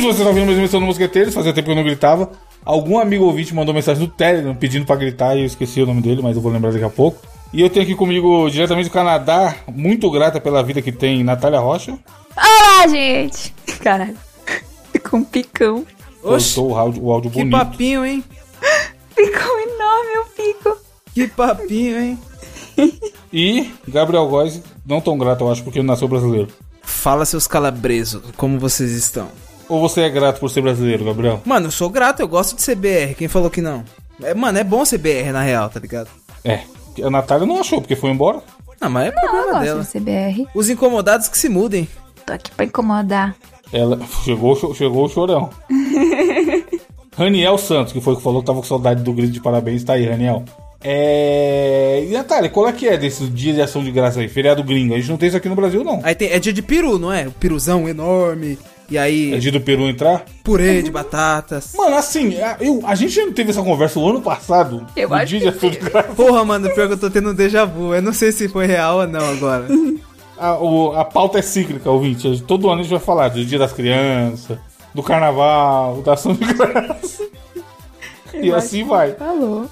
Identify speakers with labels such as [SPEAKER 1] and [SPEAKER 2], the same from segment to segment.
[SPEAKER 1] você tá ouvindo mais uma edição do Mosqueteiros, fazia tempo que eu não gritava. Algum amigo ouvinte mandou mensagem no Telegram pedindo pra gritar e eu esqueci o nome dele, mas eu vou lembrar daqui a pouco. E eu tenho aqui comigo, diretamente do Canadá, muito grata pela vida que tem, Natália Rocha.
[SPEAKER 2] Olá, gente! Caralho. Ficou um picão.
[SPEAKER 3] Oxe,
[SPEAKER 1] Soltou o áudio, o áudio
[SPEAKER 3] que
[SPEAKER 1] bonito.
[SPEAKER 3] papinho, hein?
[SPEAKER 2] Ficou um enorme o pico.
[SPEAKER 3] Que papinho, hein?
[SPEAKER 1] E Gabriel Góes, não tão grato, eu acho, porque ele nasceu brasileiro.
[SPEAKER 3] Fala, seus calabresos, como vocês estão?
[SPEAKER 1] Ou você é grato por ser brasileiro, Gabriel?
[SPEAKER 3] Mano, eu sou grato, eu gosto de CBR. Quem falou que não? É, mano, é bom CBR na real, tá ligado?
[SPEAKER 1] É. A Natália não achou, porque foi embora.
[SPEAKER 3] Ah, mas é
[SPEAKER 2] Eu
[SPEAKER 3] problema
[SPEAKER 2] gosto
[SPEAKER 3] dela.
[SPEAKER 2] do CBR.
[SPEAKER 3] Os incomodados que se mudem.
[SPEAKER 2] Tô aqui pra incomodar.
[SPEAKER 1] Ela chegou, o cho- chegou o chorão. Raniel Santos, que foi o que falou que tava com saudade do grito de parabéns, tá aí, Raniel. É. E Natália, qual é que é desse dia de ação de graça aí? Feriado gringo. A gente não tem isso aqui no Brasil, não.
[SPEAKER 3] Aí tem, é dia de peru, não é? O peruzão enorme. E aí,
[SPEAKER 1] É dia do Peru entrar?
[SPEAKER 3] purê de batatas.
[SPEAKER 1] Mano, assim, a, eu- a gente já não teve essa conversa o ano passado.
[SPEAKER 2] Eu
[SPEAKER 1] no
[SPEAKER 2] acho
[SPEAKER 1] dia
[SPEAKER 2] que
[SPEAKER 1] de ação de
[SPEAKER 2] teve.
[SPEAKER 1] graça.
[SPEAKER 3] Porra, mano, pior que eu tô tendo um déjà vu. Eu não sei se foi real ou não agora.
[SPEAKER 1] A, o- a pauta é cíclica, ouvinte. Todo ano a gente vai falar do Dia das Crianças, do Carnaval, da Ação de Graça. e assim vai.
[SPEAKER 2] Falou.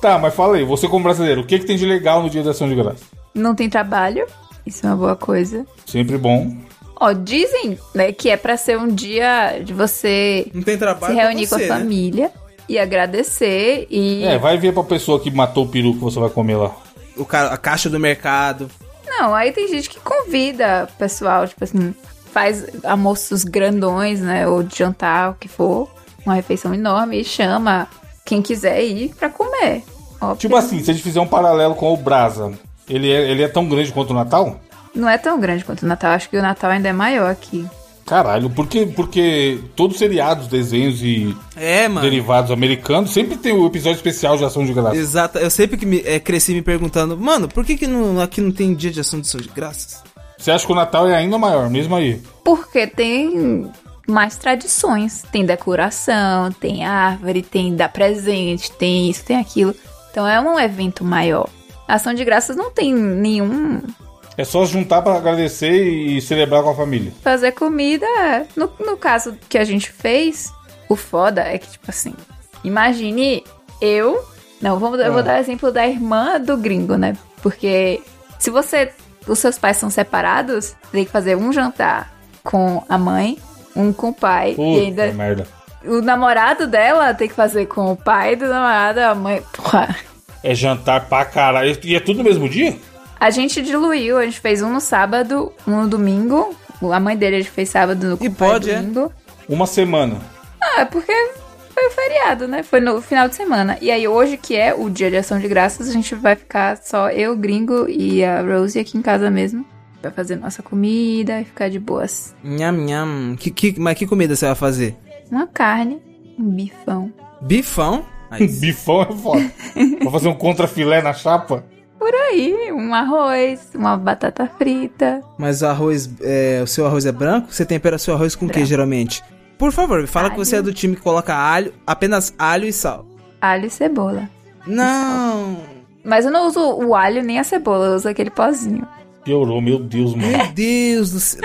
[SPEAKER 1] Tá, mas fala aí, você como brasileiro, o que, que tem de legal no Dia da Ação de Graça?
[SPEAKER 2] Não tem trabalho. Isso é uma boa coisa.
[SPEAKER 1] Sempre bom.
[SPEAKER 2] Ó, dizem, né, que é pra ser um dia de você
[SPEAKER 3] Não tem
[SPEAKER 2] se
[SPEAKER 3] trabalho. pra
[SPEAKER 2] reunir com
[SPEAKER 3] você,
[SPEAKER 2] a
[SPEAKER 3] né?
[SPEAKER 2] família e agradecer e
[SPEAKER 1] É, vai ver pra pessoa que matou o peru que você vai comer lá.
[SPEAKER 3] O cara, a caixa do mercado.
[SPEAKER 2] Não, aí tem gente que convida o pessoal, tipo assim, faz almoços grandões, né? Ou de jantar, o que for. Uma refeição enorme e chama quem quiser ir pra comer. Ó,
[SPEAKER 1] Tipo assim, se a gente fizer um paralelo com o Brasa, ele é, ele é tão grande quanto o Natal?
[SPEAKER 2] Não é tão grande quanto o Natal, acho que o Natal ainda é maior aqui.
[SPEAKER 1] Caralho, porque, porque todos os seriados, desenhos e
[SPEAKER 3] É, mano.
[SPEAKER 1] derivados americanos sempre tem o episódio especial de Ação de Graça.
[SPEAKER 3] Exato. Eu sempre que me, é, cresci me perguntando, mano, por que, que não, aqui não tem dia de ação de São de graças?
[SPEAKER 1] Você acha que o Natal é ainda maior, mesmo aí?
[SPEAKER 2] Porque tem mais tradições. Tem decoração, tem árvore, tem dar presente, tem isso, tem aquilo. Então é um evento maior. Ação de graças não tem nenhum
[SPEAKER 1] É só se juntar pra agradecer e celebrar com a família.
[SPEAKER 2] Fazer comida, é. no, no caso que a gente fez, o foda é que, tipo assim, imagine eu. Não, vamos, eu
[SPEAKER 3] Ah.
[SPEAKER 2] vou dar o exemplo da irmã do gringo, né? Porque se você. Os seus pais são separados, tem que fazer um jantar com a mãe, um com o pai, e
[SPEAKER 1] Puta
[SPEAKER 2] ainda.
[SPEAKER 1] merda.
[SPEAKER 2] O namorado dela tem que fazer com o pai do namorado, a mãe. Porra.
[SPEAKER 1] É jantar pra caralho. E é tudo no mesmo dia?
[SPEAKER 2] A gente diluiu, a gente fez um no sábado, um no domingo. A mãe dele a gente fez sábado com
[SPEAKER 3] E
[SPEAKER 2] o pai
[SPEAKER 3] pode, é?
[SPEAKER 2] domingo.
[SPEAKER 1] Uma semana.
[SPEAKER 2] Ah, é porque foi o feriado, né? Foi no final de semana. E aí, hoje, que é o dia de ação de graças, a gente vai ficar só eu, gringo e a Rose aqui em casa mesmo. Vai fazer nossa comida e ficar de boas.
[SPEAKER 3] Nham, nham. Que, que, mas que comida você vai fazer?
[SPEAKER 2] Uma carne, um bifão.
[SPEAKER 3] Bifão? Aí,
[SPEAKER 1] Bifão é foda. Vou fazer um contrafilé na chapa?
[SPEAKER 2] Por aí, um arroz, uma batata frita.
[SPEAKER 3] mas o arroz, é, o seu arroz é branco? Você tempera seu arroz com o que, geralmente? Por favor, me fala que
[SPEAKER 2] Alho.
[SPEAKER 3] você é do time que coloca alho, apenas alho e sal.
[SPEAKER 2] Alho e cebola.
[SPEAKER 3] Não!
[SPEAKER 2] Mas eu não uso o alho nem a cebola, eu uso aquele pozinho.
[SPEAKER 1] Piorou, meu Deus, mano.
[SPEAKER 3] Meu Deus do céu.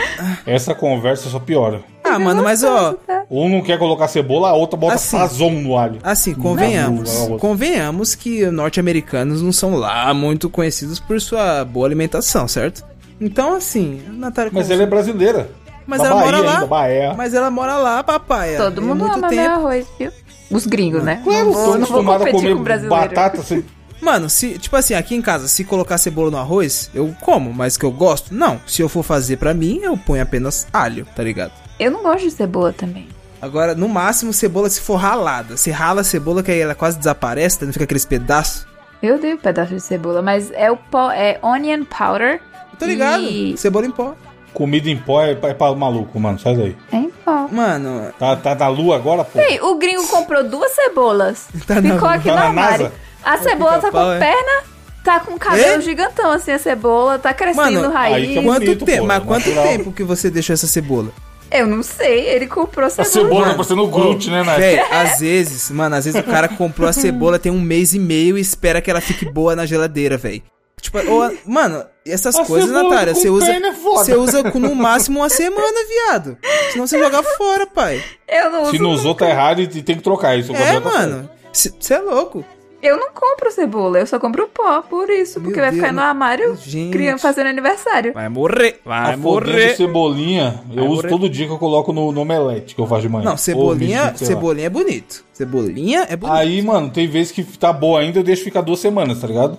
[SPEAKER 1] Essa conversa só piora.
[SPEAKER 3] Ah, mano, mas ó,
[SPEAKER 1] Um não quer colocar cebola, a outra bota
[SPEAKER 3] Assim.
[SPEAKER 1] sazon no alho.
[SPEAKER 3] assim, convenhamos.
[SPEAKER 1] Não, não, não.
[SPEAKER 3] Convenhamos que norte-americanos não são lá muito conhecidos por sua boa alimentação, certo? Então, assim, a Natália.
[SPEAKER 1] Mas
[SPEAKER 3] Cons-
[SPEAKER 1] ela é brasileira.
[SPEAKER 3] Mas
[SPEAKER 1] Da
[SPEAKER 3] ela
[SPEAKER 1] Bahia
[SPEAKER 3] mora lá.
[SPEAKER 1] ainda, Bahia.
[SPEAKER 3] Mas ela mora lá,
[SPEAKER 1] É,
[SPEAKER 3] papai.
[SPEAKER 2] Todo
[SPEAKER 3] e
[SPEAKER 2] mundo
[SPEAKER 3] muito
[SPEAKER 2] ama né? meu
[SPEAKER 3] tempo.
[SPEAKER 2] arroz, viu? Os gringos, né?
[SPEAKER 1] Claro,
[SPEAKER 2] não vou,
[SPEAKER 1] estou
[SPEAKER 2] não vou
[SPEAKER 1] é acostumado a
[SPEAKER 2] competir
[SPEAKER 1] comer
[SPEAKER 2] com o brasileiro.
[SPEAKER 1] batata. Assim.
[SPEAKER 3] Mano, se, tipo assim, aqui em casa, se colocar cebola no arroz, eu como, mas que eu gosto? Não. Se eu for fazer pra mim, eu ponho apenas alho, tá ligado?
[SPEAKER 2] Eu não gosto de cebola também.
[SPEAKER 3] Agora, no máximo, cebola se for ralada. Se rala a cebola, que aí ela quase desaparece, tá? não fica aqueles pedaços.
[SPEAKER 2] Eu dei um pedaço de cebola, mas é o pó, é onion powder.
[SPEAKER 3] Eu Tô Tá ligado?
[SPEAKER 2] E
[SPEAKER 3] Cebola em pó.
[SPEAKER 1] Comida em pó é, é pra maluco, mano. Sai daí.
[SPEAKER 2] é em pó.
[SPEAKER 3] Mano,
[SPEAKER 1] Tá, tá na lua agora,
[SPEAKER 3] É,
[SPEAKER 1] pô?
[SPEAKER 2] Ei, o gringo comprou duas cebolas.
[SPEAKER 3] Tá na-
[SPEAKER 2] ficou aqui
[SPEAKER 1] tá
[SPEAKER 2] no
[SPEAKER 1] na
[SPEAKER 2] armário.
[SPEAKER 1] NASA?
[SPEAKER 2] A cebola tá
[SPEAKER 3] pica-pau,
[SPEAKER 2] com
[SPEAKER 3] é?
[SPEAKER 2] perna, tá com cabelo
[SPEAKER 3] É?
[SPEAKER 2] gigantão assim a cebola, tá crescendo
[SPEAKER 3] Mano,
[SPEAKER 1] aí
[SPEAKER 2] raiz.
[SPEAKER 1] que é
[SPEAKER 3] quanto
[SPEAKER 1] bonito,
[SPEAKER 3] tempo?
[SPEAKER 1] pô,
[SPEAKER 3] mas quanto
[SPEAKER 1] natural.
[SPEAKER 3] tempo que você deixou essa cebola?
[SPEAKER 2] Eu não sei, ele comprou
[SPEAKER 1] A
[SPEAKER 2] cebola.
[SPEAKER 1] cebola tá
[SPEAKER 3] mano.
[SPEAKER 1] parecendo o Groot, né, Nath?
[SPEAKER 3] Véi, às vezes, mano, às vezes o cara comprou a cebola tem um mês e meio e espera que ela fique boa na geladeira, véi. Tipo, ou- mano, essas
[SPEAKER 1] A
[SPEAKER 3] coisas,
[SPEAKER 1] cebola
[SPEAKER 3] Natália,
[SPEAKER 1] com
[SPEAKER 3] você usa,
[SPEAKER 1] pena é foda.
[SPEAKER 3] você usa com no máximo uma semana, viado. Senão você joga fora, pai.
[SPEAKER 2] Eu não uso.
[SPEAKER 1] Se não usou, tá errado e tem que trocar isso.
[SPEAKER 3] É, mano. Você é louco.
[SPEAKER 2] Eu não compro cebola, eu só compro pó, por isso,
[SPEAKER 3] Meu
[SPEAKER 2] porque vai
[SPEAKER 3] Deus,
[SPEAKER 2] ficar no
[SPEAKER 3] não-
[SPEAKER 2] armário
[SPEAKER 3] Gente.
[SPEAKER 2] criando, fazendo aniversário.
[SPEAKER 3] Vai morrer, vai
[SPEAKER 1] A folhinha de
[SPEAKER 3] morrer.
[SPEAKER 1] cebolinha, eu
[SPEAKER 3] Vai
[SPEAKER 1] uso
[SPEAKER 3] morrer.
[SPEAKER 1] todo dia que eu coloco no, no omelete que eu faço de manhã.
[SPEAKER 3] Não,
[SPEAKER 1] Ou
[SPEAKER 3] cebolinha,
[SPEAKER 1] bicho, sei lá.
[SPEAKER 3] cebolinha é bonito. Cebolinha é bonito.
[SPEAKER 1] Aí, mano, tem vezes que tá boa ainda, eu deixo ficar duas semanas, tá ligado?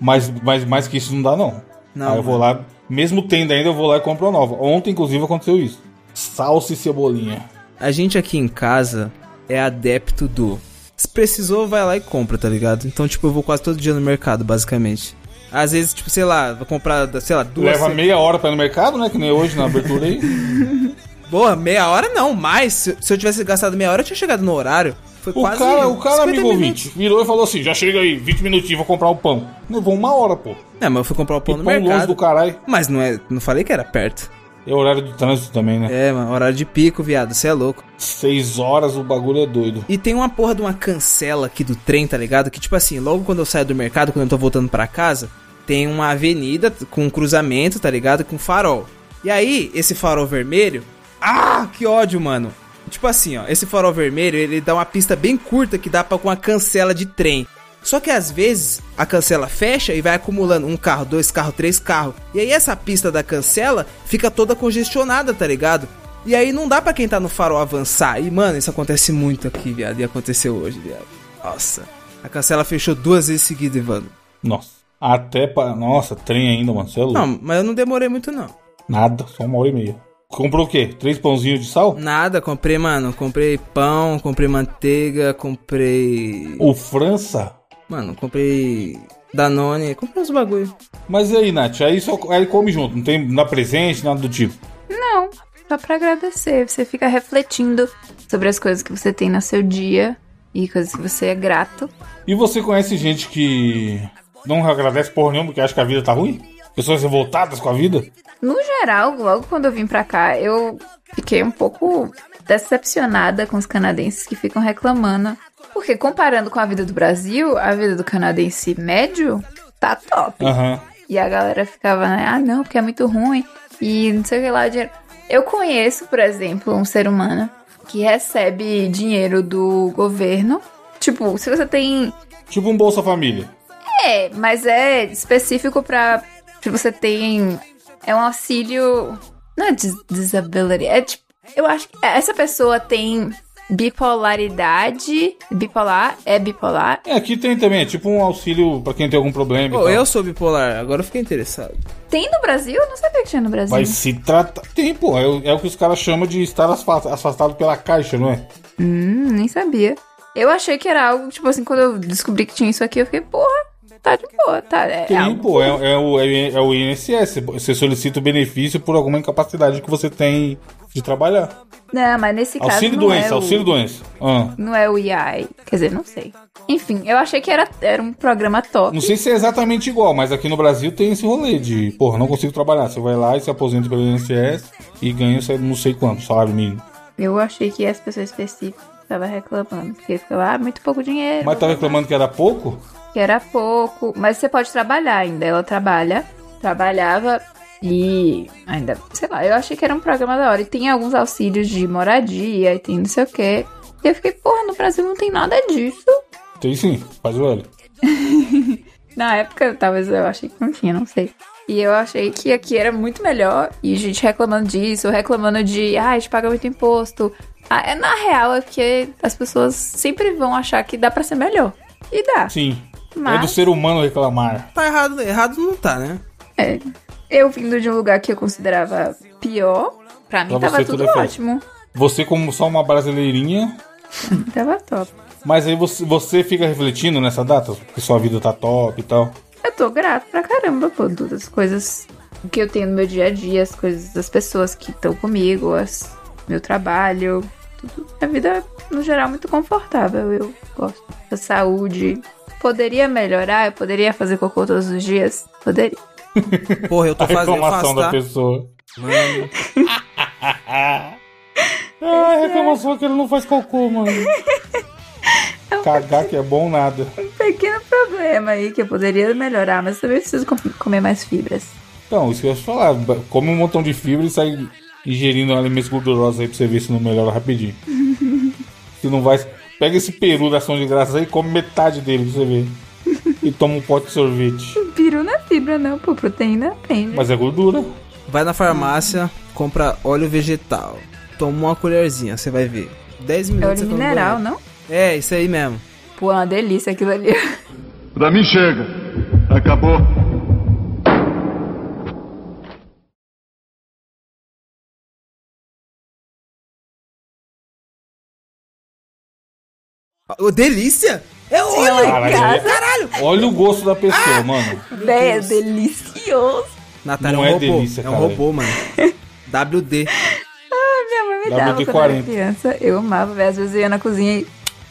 [SPEAKER 1] Mas, mas mais que isso não dá, não.
[SPEAKER 3] Não,
[SPEAKER 1] Aí eu vou lá, mesmo tendo ainda, eu vou lá e compro uma nova. Ontem, inclusive, aconteceu isso. Salsa e cebolinha.
[SPEAKER 3] A gente aqui em casa é adepto do. Se precisou, vai lá e compra, tá ligado? Então, tipo, eu vou quase todo dia no mercado, basicamente. Às vezes, tipo, sei lá, vou comprar, sei lá, duas.
[SPEAKER 1] Leva
[SPEAKER 3] ce-
[SPEAKER 1] meia hora pra ir no mercado, né? Que nem hoje na abertura aí.
[SPEAKER 3] Boa, meia hora não, mais. Se, se eu tivesse gastado meia hora, eu tinha chegado no horário. Foi
[SPEAKER 1] O
[SPEAKER 3] quase.
[SPEAKER 1] cara, o cara
[SPEAKER 3] 50
[SPEAKER 1] amigo
[SPEAKER 3] minutos.
[SPEAKER 1] ouvinte, virou e falou assim: já chega aí, 20 minutinhos, vou comprar o pão. Levou uma hora, pô.
[SPEAKER 3] Não, mas eu fui comprar o pão
[SPEAKER 1] E
[SPEAKER 3] no
[SPEAKER 1] pão longe
[SPEAKER 3] mercado.
[SPEAKER 1] do caralho.
[SPEAKER 3] Mas não é. Não falei que era perto.
[SPEAKER 1] É horário do trânsito também, né?
[SPEAKER 3] É, mano, horário de pico, viado, você é louco.
[SPEAKER 1] Seis horas o bagulho é doido.
[SPEAKER 3] E tem uma porra de uma cancela aqui do trem, tá ligado? Que tipo assim, logo quando eu saio do mercado, quando eu tô voltando pra casa, tem uma avenida com um cruzamento, tá ligado? Com farol. E aí, esse farol vermelho. Ah, que ódio, mano. Tipo assim, ó, esse farol vermelho, ele dá uma pista bem curta que dá pra com uma cancela de trem. Só que às vezes a cancela fecha e vai acumulando um carro, dois carros, três carros. E aí essa pista da cancela fica toda congestionada, tá ligado? E aí não dá pra quem tá no farol avançar. E, mano, isso acontece muito aqui, viado. E aconteceu hoje, viado. Nossa. A cancela fechou duas vezes seguida, Ivano.
[SPEAKER 1] Nossa. Até pra. Nossa, trem ainda, mano. Você é louco.
[SPEAKER 3] Não, mas eu não demorei muito, não.
[SPEAKER 1] Nada, só uma hora e meia. Comprou o quê? Três pãozinhos de sal?
[SPEAKER 3] Nada, comprei, mano. Comprei pão, comprei manteiga, comprei.
[SPEAKER 1] O França?
[SPEAKER 3] Mano, comprei. Danone, comprei uns bagulho.
[SPEAKER 1] Mas e aí, Nath? Aí só aí come junto, não tem na presente, nada do tipo.
[SPEAKER 2] Não, só pra agradecer. Você fica refletindo sobre as coisas que você tem no seu dia e coisas que você é grato.
[SPEAKER 1] E você conhece gente que não agradece porra nenhuma porque acha que a vida tá ruim? Pessoas revoltadas com a vida?
[SPEAKER 2] No geral, logo quando eu vim pra cá, eu fiquei um pouco decepcionada com os canadenses que ficam reclamando. Porque comparando com a vida do Brasil, a vida do canadense médio tá top.
[SPEAKER 1] Aham.
[SPEAKER 2] E a galera ficava, né? Ah, não, porque é muito ruim. E não sei o que lá, o dinheiro. Eu conheço, por exemplo, um ser humano que recebe dinheiro do governo. Tipo, se você tem.
[SPEAKER 1] Tipo um Bolsa Família.
[SPEAKER 2] É, mas é específico pra. Se você tem. É um auxílio. Não é dis- disability. É tipo. Eu acho que essa pessoa tem bipolaridade. Bipolar? É bipolar?
[SPEAKER 1] É, aqui tem também, é tipo um auxílio pra quem tem algum problema. e
[SPEAKER 3] Pô,
[SPEAKER 1] tal.
[SPEAKER 3] eu sou bipolar, agora eu fiquei interessado.
[SPEAKER 2] Tem no Brasil? Eu não sabia que tinha no Brasil.
[SPEAKER 1] Vai se tratar. Tem, pô. É, o- é o que os caras chamam de estar asfa- afastado pela caixa, não é?
[SPEAKER 2] Hum, nem sabia. Eu achei que era algo, tipo assim, quando eu descobri que tinha isso aqui, eu fiquei, porra, tá de boa, tá. É,
[SPEAKER 1] Tem,
[SPEAKER 2] algo-
[SPEAKER 1] pô, é, é o, é, é o INSS. Você solicita o benefício por alguma incapacidade que você tem de trabalhar.
[SPEAKER 2] Não, mas nesse caso.
[SPEAKER 1] Auxílio
[SPEAKER 2] não
[SPEAKER 1] doença,
[SPEAKER 2] é o-
[SPEAKER 1] auxílio doença. Ah.
[SPEAKER 2] Não é o IAI. Quer dizer, não sei. Enfim, eu achei que era, era um programa top.
[SPEAKER 1] Não sei se é exatamente igual, mas aqui no Brasil tem esse rolê de, porra, não consigo trabalhar. Você vai lá e se aposenta pelo INSS e ganha sei- não sei quanto, salário mínimo.
[SPEAKER 2] Eu achei que essa pessoa específica tava reclamando. Porque ficava, ah, muito pouco dinheiro.
[SPEAKER 1] Mas tá reclamando que era pouco?
[SPEAKER 2] que era pouco, mas você pode trabalhar ainda. Ela trabalha, trabalhava e ainda, sei lá, eu achei que era um programa da hora. E tem alguns auxílios de moradia e tem não sei o quê. E eu fiquei, porra, no Brasil não tem nada disso.
[SPEAKER 1] Tem sim, faz o L.
[SPEAKER 2] Na época, talvez eu achei que não tinha, não sei. E eu achei que aqui era muito melhor. E gente reclamando disso, reclamando de, ah, a gente paga muito imposto. Ah, é, na real, é porque as pessoas sempre vão achar que dá pra ser melhor. E dá.
[SPEAKER 1] Sim. É do
[SPEAKER 2] Mas-
[SPEAKER 1] ser humano reclamar.
[SPEAKER 3] Tá errado, errado não tá, né?
[SPEAKER 2] É. Eu vindo de um lugar que eu considerava pior, pra mim
[SPEAKER 1] Pra
[SPEAKER 2] tava
[SPEAKER 1] você
[SPEAKER 2] tudo,
[SPEAKER 1] tudo é
[SPEAKER 2] ótimo.
[SPEAKER 1] Você, como só uma brasileirinha,
[SPEAKER 2] Tava top.
[SPEAKER 1] mas aí você, você fica refletindo nessa data, que sua vida tá top e tal.
[SPEAKER 2] Eu tô grato pra caramba por todas as coisas que eu tenho no meu dia a dia, as coisas das pessoas que estão comigo, as, meu trabalho, tudo. A vida, no geral, é muito confortável. Eu gosto da saúde. Poderia melhorar, eu poderia fazer cocô todos os dias. Poderia.
[SPEAKER 3] Porra, eu
[SPEAKER 1] A
[SPEAKER 3] tô fazendo. Eu
[SPEAKER 1] reclamação
[SPEAKER 3] faço,
[SPEAKER 1] da
[SPEAKER 3] tá?
[SPEAKER 1] pessoa. Ah, a reclamação é que ele não faz cocô, mano. Cagar que é bom nada.
[SPEAKER 2] Um pequeno problema aí que eu poderia melhorar, mas também preciso com- comer mais fibras.
[SPEAKER 1] Então, isso que eu ia falar. Come um montão de fibra e sai ingerindo alimentos gordurosos aí pra você ver se não melhora rapidinho. se não vai. Pega esse peru da ação de graças aí e come metade dele pra você ver. E toma um pote de sorvete.
[SPEAKER 2] Peru não é fibra, não, pô. Proteína tem. né?
[SPEAKER 1] Mas é gordura.
[SPEAKER 3] Vai na farmácia, compra óleo vegetal. Toma uma colherzinha, você vai ver. 10
[SPEAKER 2] É
[SPEAKER 3] minutos.
[SPEAKER 2] óleo
[SPEAKER 3] você tá no
[SPEAKER 2] mineral, né?
[SPEAKER 3] banheiro.
[SPEAKER 2] não?
[SPEAKER 3] É, isso aí mesmo.
[SPEAKER 2] Pô, é uma delícia aquilo ali.
[SPEAKER 4] Pra mim chega. Acabou.
[SPEAKER 3] Ô, delícia! É óleo!
[SPEAKER 1] Caralho,
[SPEAKER 2] Casa.
[SPEAKER 3] Caralho!
[SPEAKER 1] Olha o gosto da pessoa, mano.
[SPEAKER 2] É delicioso.
[SPEAKER 3] Natália
[SPEAKER 1] Não
[SPEAKER 3] é um
[SPEAKER 1] é
[SPEAKER 3] robô.
[SPEAKER 1] delícia,
[SPEAKER 3] é um
[SPEAKER 1] cara.
[SPEAKER 3] robô, mano. WD.
[SPEAKER 2] Ah, Minha mãe me
[SPEAKER 1] Dá
[SPEAKER 2] dava
[SPEAKER 1] muito
[SPEAKER 2] quando eu era
[SPEAKER 1] 40.
[SPEAKER 2] criança. Eu amava, velho. Às vezes eu ia na cozinha e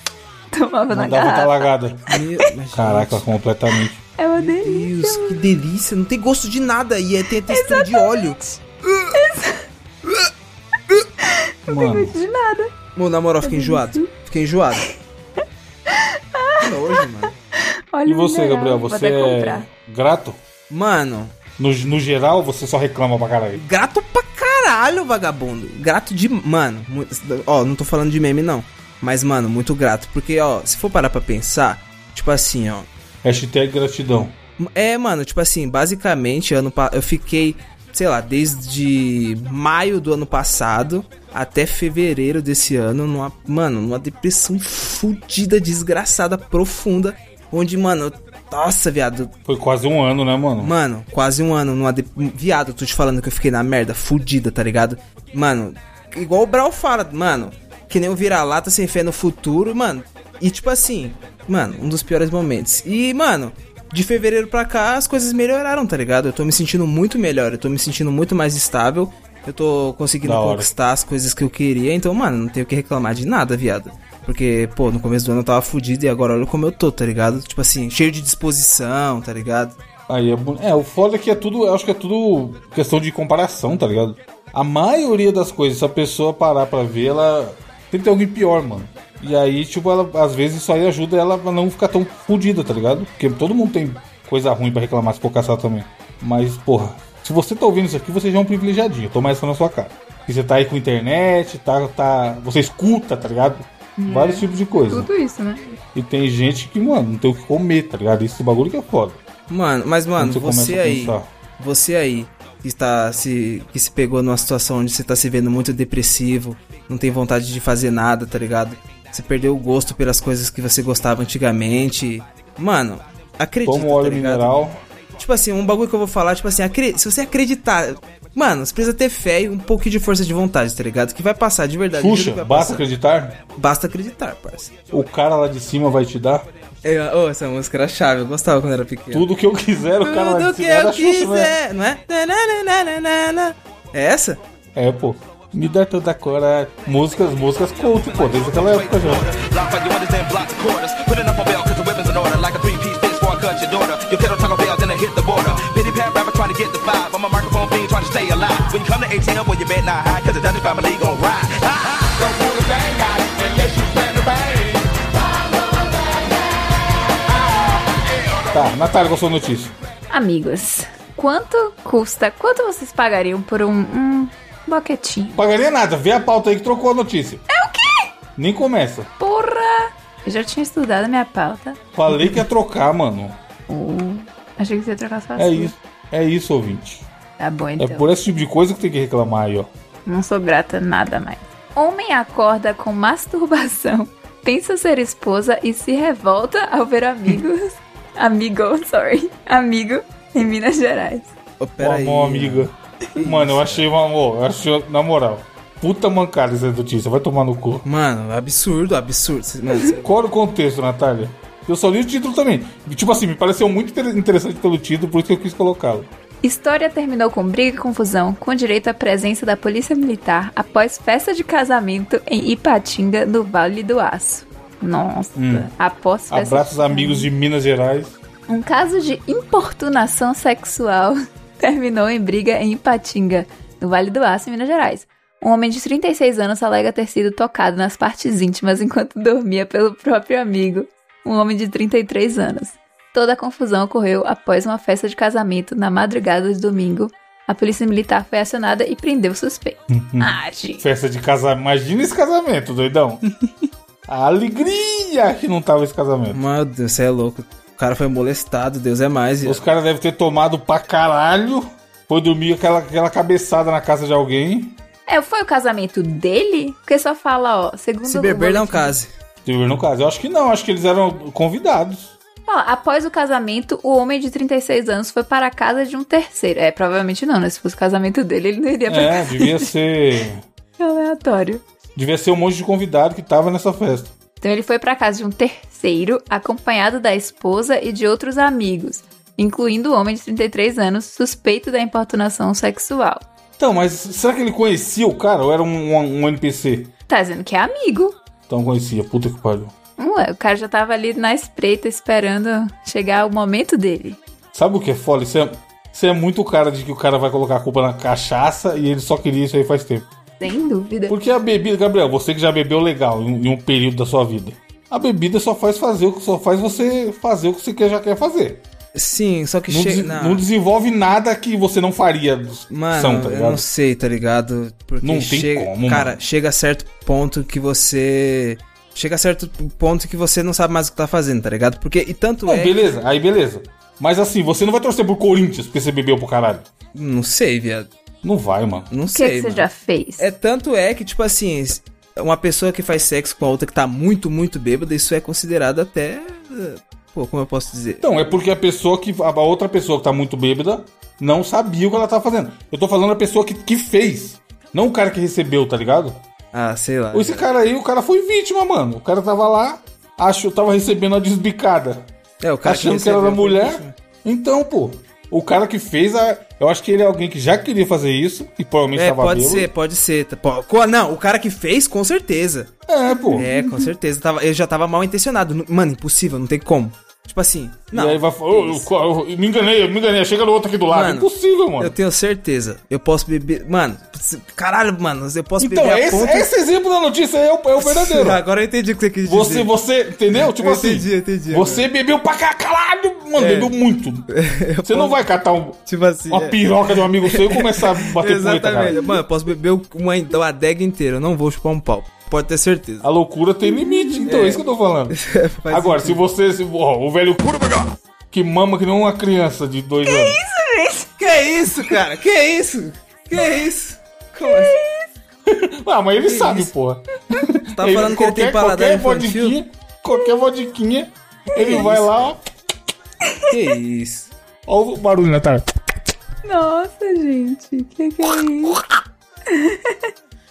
[SPEAKER 2] tomava na
[SPEAKER 1] Mandava tá
[SPEAKER 2] garrafa.
[SPEAKER 1] lagada.
[SPEAKER 3] Meu, mas,
[SPEAKER 1] Caraca,
[SPEAKER 3] gente,
[SPEAKER 1] completamente.
[SPEAKER 2] É uma delícia.
[SPEAKER 3] Meu Deus, que delícia. Não tem gosto de nada. E aí tem a textura de óleo.
[SPEAKER 1] Mano,
[SPEAKER 2] De nada.
[SPEAKER 3] Mano, na moral,
[SPEAKER 2] É
[SPEAKER 3] fiquei enjoado. Fiquei enjoado. Que nojo, mano.
[SPEAKER 2] Olha
[SPEAKER 1] e
[SPEAKER 2] o
[SPEAKER 1] você,
[SPEAKER 2] mineral.
[SPEAKER 1] Gabriel,
[SPEAKER 2] Vou
[SPEAKER 1] você
[SPEAKER 2] até comprar.
[SPEAKER 1] é grato?
[SPEAKER 3] Mano,
[SPEAKER 1] No, no geral, você só reclama pra caralho.
[SPEAKER 3] grato pra caralho, vagabundo. Grato de. Mano, mu- ó, não tô falando de meme, não. Mas, mano, muito grato. Porque, ó, se for parar pra pensar, tipo assim, ó.
[SPEAKER 1] Hashtag gratidão.
[SPEAKER 3] É, mano, tipo assim, basicamente, ano pa- eu fiquei, sei lá, desde maio do ano passado até fevereiro desse ano, numa, mano, numa depressão fudida, desgraçada, profunda, onde, mano, eu- nossa, viado,
[SPEAKER 1] Foi quase um ano, né, mano?
[SPEAKER 3] mano, quase um ano numa. De... Viado, eu tô te falando que eu fiquei na merda, fudida, tá ligado? Mano, igual o Brau fala, mano, que nem um vira-lata sem fé no futuro, mano. E tipo assim, mano, um dos piores momentos. E, mano, de fevereiro pra cá as coisas melhoraram, tá ligado? Eu tô me sentindo muito melhor, eu tô me sentindo muito mais estável. Eu tô conseguindo
[SPEAKER 1] Da hora.
[SPEAKER 3] conquistar as coisas que eu queria, então, mano, não tenho o que reclamar de nada, viado. Porque, pô, no começo do ano eu tava fudido e agora olha como eu tô, tá ligado? Tipo assim, cheio de disposição, tá ligado?
[SPEAKER 1] Aí é, bu- é, o foda é que é tudo, eu acho que é tudo questão de comparação, tá ligado? A maioria das coisas, se a pessoa parar pra ver, ela tem que ter alguém pior, mano. E aí, tipo, ela, às vezes isso aí ajuda ela a não ficar tão fodida, tá ligado? Porque todo mundo tem coisa ruim pra reclamar se for caçar também. Mas, porra, se você tá ouvindo isso aqui, você já é um privilegiadinho. Toma essa na sua cara. E você tá aí com internet, tá, tá, você escuta, tá ligado? Vários tipos de coisa.
[SPEAKER 2] Tudo isso, né?
[SPEAKER 1] E tem gente que, mano, não tem o que comer, tá ligado? Esse bagulho que é foda.
[SPEAKER 3] Mano, mas mano,
[SPEAKER 1] Quando você começa
[SPEAKER 3] você
[SPEAKER 1] a
[SPEAKER 3] aí,
[SPEAKER 1] pensar.
[SPEAKER 3] você aí que está se que se pegou numa situação onde você tá se vendo muito depressivo, não tem vontade de fazer nada, tá ligado? Você perdeu o gosto pelas coisas que você gostava antigamente. Mano, acredita,
[SPEAKER 1] Toma um óleo
[SPEAKER 3] tá ligado?
[SPEAKER 1] mineral.
[SPEAKER 3] Tipo assim, um bagulho que eu vou falar, tipo assim, acre- se você acreditar, mano, você precisa ter fé e um pouquinho de força de vontade, tá ligado? Que vai passar de verdade, juro que
[SPEAKER 1] Puxa,
[SPEAKER 3] vai
[SPEAKER 1] basta
[SPEAKER 3] passar.
[SPEAKER 1] acreditar.
[SPEAKER 3] basta acreditar, parça.
[SPEAKER 1] O cara lá de cima vai te dar
[SPEAKER 3] Eu- oh, essa música era chave, eu gostava quando era pequeno.
[SPEAKER 1] tudo que eu quiser. O cara lá
[SPEAKER 3] Tudo
[SPEAKER 1] de
[SPEAKER 3] que
[SPEAKER 1] cima é
[SPEAKER 3] eu
[SPEAKER 1] da Xuxa, né?
[SPEAKER 3] quiser, não é? Nananana. É essa?
[SPEAKER 1] É, pô. Me dá toda a cor. é. Músicas, músicas cult, pô. Desde aquela época já.
[SPEAKER 5] Block for your orders and block the quarters. Putting up a bell cause the weapon's in order. Like a three-piece bitch for I cut your daughter. Your kettle taco bell, then I hit the border. Pity pat rapper trying to get the vibe. I'm a microphone fiend trying to stay alive. When you come to ATM, well, you bet not high cause the Dutch family gon' ride. Ha, ha. Don't pull the bang out unless you plan to bang.
[SPEAKER 1] Tá, Natália, qual a sua notícia?
[SPEAKER 2] Amigos, quanto custa? Quanto vocês pagariam por um, um boquetinho?
[SPEAKER 1] Pagaria nada. Vê a pauta aí que trocou a notícia. É o quê? Nem começa.
[SPEAKER 2] Porra! Eu já tinha estudado a minha pauta.
[SPEAKER 1] Falei que ia trocar, mano.
[SPEAKER 2] Uh, achei que você ia trocar só
[SPEAKER 1] É isso. É isso, ouvinte.
[SPEAKER 2] Tá bom,
[SPEAKER 1] É
[SPEAKER 2] então.
[SPEAKER 1] por esse tipo de coisa que tem que reclamar aí, ó.
[SPEAKER 2] Não sou grata nada mais. Homem acorda com masturbação, pensa ser esposa e se revolta ao ver amigos. amigo, sorry. Amigo em Minas Gerais.
[SPEAKER 1] Pô,
[SPEAKER 3] Ô, pera aí.
[SPEAKER 1] mão, amiga. Mano, eu achei uma. ô, Eu achei, na moral. Puta mancada essa notícia. Vai tomar no cu.
[SPEAKER 3] Mano, absurdo, absurdo. Cê- Mano, cê-
[SPEAKER 1] Qual era o contexto, Natália? Eu só li o título também. E, Tipo assim, me pareceu muito inter- interessante pelo título, por isso que eu quis colocá-lo.
[SPEAKER 2] História terminou com briga e confusão, com direito à presença da polícia militar após festa de casamento em Ipatinga, no Vale do Aço. Nossa, após festa
[SPEAKER 1] Abraços,
[SPEAKER 2] de
[SPEAKER 1] amigos de Minas Gerais.
[SPEAKER 2] Um caso de importunação sexual terminou em briga em Ipatinga, no Vale do Aço, em Minas Gerais. Um homem de 36 anos alega ter sido tocado nas partes íntimas enquanto dormia pelo próprio amigo, um homem de 33 anos. Toda a confusão ocorreu após uma festa de casamento na madrugada de domingo, a polícia militar foi acionada e prendeu o suspeito. ah, gente.
[SPEAKER 1] Festa de casamento. Imagina esse casamento, doidão. A alegria que não tava esse casamento.
[SPEAKER 3] Meu Deus, você é louco. O cara foi molestado, Deus é mais.
[SPEAKER 1] Os caras devem ter tomado pra caralho. Foi dormir aquela, aquela cabeçada na casa de alguém.
[SPEAKER 2] É, foi o casamento dele? Porque só fala, ó, segundo
[SPEAKER 3] Se
[SPEAKER 2] o
[SPEAKER 3] beber, um não
[SPEAKER 2] boletim-
[SPEAKER 3] case.
[SPEAKER 1] Teve no caso. Eu acho que não, acho que eles eram convidados.
[SPEAKER 2] Ó, após o casamento, o homem de 36 anos foi para a casa de um terceiro. É, provavelmente não, né? Se fosse o casamento dele, ele não iria pra
[SPEAKER 1] É, devia ser.
[SPEAKER 2] casa. Aleatório.
[SPEAKER 1] Devia ser um monte de convidado que tava nessa festa.
[SPEAKER 2] Então ele foi para casa de um terceiro, acompanhado da esposa e de outros amigos, incluindo o homem de 33 anos, suspeito da importunação sexual.
[SPEAKER 1] Então, mas será que ele conhecia o cara ou era um, um- um NPC?
[SPEAKER 2] Tá dizendo que é amigo. Hum,
[SPEAKER 1] Então conhecia, puta que pariu.
[SPEAKER 2] Ué, o cara já tava ali na espreita esperando chegar o momento dele.
[SPEAKER 1] Sabe o que é foda? Isso é, isso é muito cara de que o cara vai colocar a culpa na cachaça e ele só queria isso aí faz tempo.
[SPEAKER 2] Sem dúvida.
[SPEAKER 1] Porque a bebida, Gabriel, você que já bebeu legal em um, em um período da sua vida. A bebida só faz fazer o que só faz você fazer o que você quer- já quer fazer.
[SPEAKER 3] Sim, só que
[SPEAKER 1] Não,
[SPEAKER 3] chega.
[SPEAKER 1] des-
[SPEAKER 3] Não,
[SPEAKER 1] não desenvolve nada que você não faria.
[SPEAKER 3] Mano,
[SPEAKER 1] são, tá
[SPEAKER 3] eu
[SPEAKER 1] ligado?
[SPEAKER 3] não sei, tá ligado? Porque
[SPEAKER 1] Não tem
[SPEAKER 3] chega,
[SPEAKER 1] como,
[SPEAKER 3] cara,
[SPEAKER 1] mano.
[SPEAKER 3] chega a certo ponto que você chega a certo ponto que você não sabe mais o que tá fazendo, tá ligado? Porque e tanto
[SPEAKER 1] Não,
[SPEAKER 3] é,
[SPEAKER 1] beleza, aí beleza. Mas assim, você não vai torcer pro Corinthians porque você bebeu pro caralho.
[SPEAKER 3] não sei, viado.
[SPEAKER 1] Não vai, mano.
[SPEAKER 3] Não
[SPEAKER 2] O que,
[SPEAKER 3] sei.
[SPEAKER 2] que você
[SPEAKER 3] mano.
[SPEAKER 2] já fez?
[SPEAKER 3] É tanto é que tipo assim, uma pessoa que faz sexo com a outra que tá muito, muito bêbada, isso é considerado até eh, pô, como eu posso dizer?
[SPEAKER 1] Então, é porque a pessoa que. A outra pessoa que tá muito bêbada não sabia o que ela tá fazendo. Eu tô falando da pessoa que, que fez. Não o cara que recebeu, tá ligado?
[SPEAKER 3] Ah, sei lá.
[SPEAKER 1] Esse cara aí, o cara foi vítima, mano. O cara tava lá, achou, tava recebendo a desbicada.
[SPEAKER 3] É, o cara que
[SPEAKER 1] achando que ela era
[SPEAKER 3] recebeu foi
[SPEAKER 1] mulher.
[SPEAKER 3] vítima.
[SPEAKER 1] Então, pô. O cara que fez a. Eu acho que ele é alguém que já queria fazer isso. E provavelmente
[SPEAKER 3] É,
[SPEAKER 1] tava
[SPEAKER 3] pode
[SPEAKER 1] bêbado.
[SPEAKER 3] ser, pode ser. Tá, pô, co- Não, o cara que fez, com certeza.
[SPEAKER 1] É, pô.
[SPEAKER 3] É, com certeza. Tava, ele já tava mal intencionado. N- Mano, impossível, não tem como. Tipo assim, não.
[SPEAKER 1] E aí vai falar, "Ô, eu, eu- eu me enganei, eu me enganei, chega no outro aqui do lado.
[SPEAKER 3] Mano,
[SPEAKER 1] Impossível, mano.
[SPEAKER 3] Eu tenho certeza. Eu posso beber. Mano, se- caralho, mano, eu posso
[SPEAKER 1] Então,
[SPEAKER 3] beber
[SPEAKER 1] esse,
[SPEAKER 3] a ponto.
[SPEAKER 1] esse exemplo da notícia aí é o, é o verdadeiro.
[SPEAKER 3] Agora eu entendi o que você quis dizer.
[SPEAKER 1] Você, você, entendeu? Tipo
[SPEAKER 3] Eu
[SPEAKER 1] assim,
[SPEAKER 3] entendi, eu entendi
[SPEAKER 1] você bebeu pra cá, caralho, mano,
[SPEAKER 3] É.
[SPEAKER 1] bebeu muito. Você não vai catar um-
[SPEAKER 3] Tipo assim.
[SPEAKER 1] uma
[SPEAKER 3] é.
[SPEAKER 1] piroca de um amigo seu e começar a bater punheta,
[SPEAKER 3] Exatamente.
[SPEAKER 1] cara.
[SPEAKER 3] Mano, eu posso beber uma, uma adega inteira. Eu não vou chupar um pau. Pode ter certeza.
[SPEAKER 1] A loucura tem limite, então, é, isso que eu tô falando.
[SPEAKER 3] Faz
[SPEAKER 1] Agora, se você, se, ó, o velho cura, que mama que nem uma criança de dois anos.
[SPEAKER 3] Que isso, cara? Que isso? Que isso? Como assim?
[SPEAKER 1] Ah, mas ele sabe, porra.
[SPEAKER 3] Tá falando que ele tem paladar
[SPEAKER 1] qualquer
[SPEAKER 3] infantil?
[SPEAKER 1] Vodiquinha, qualquer vodiquinha, ele vai lá, ó,
[SPEAKER 3] Que isso?
[SPEAKER 1] ó o barulho, né, tá? Natália.
[SPEAKER 2] Nossa, gente, que que é isso?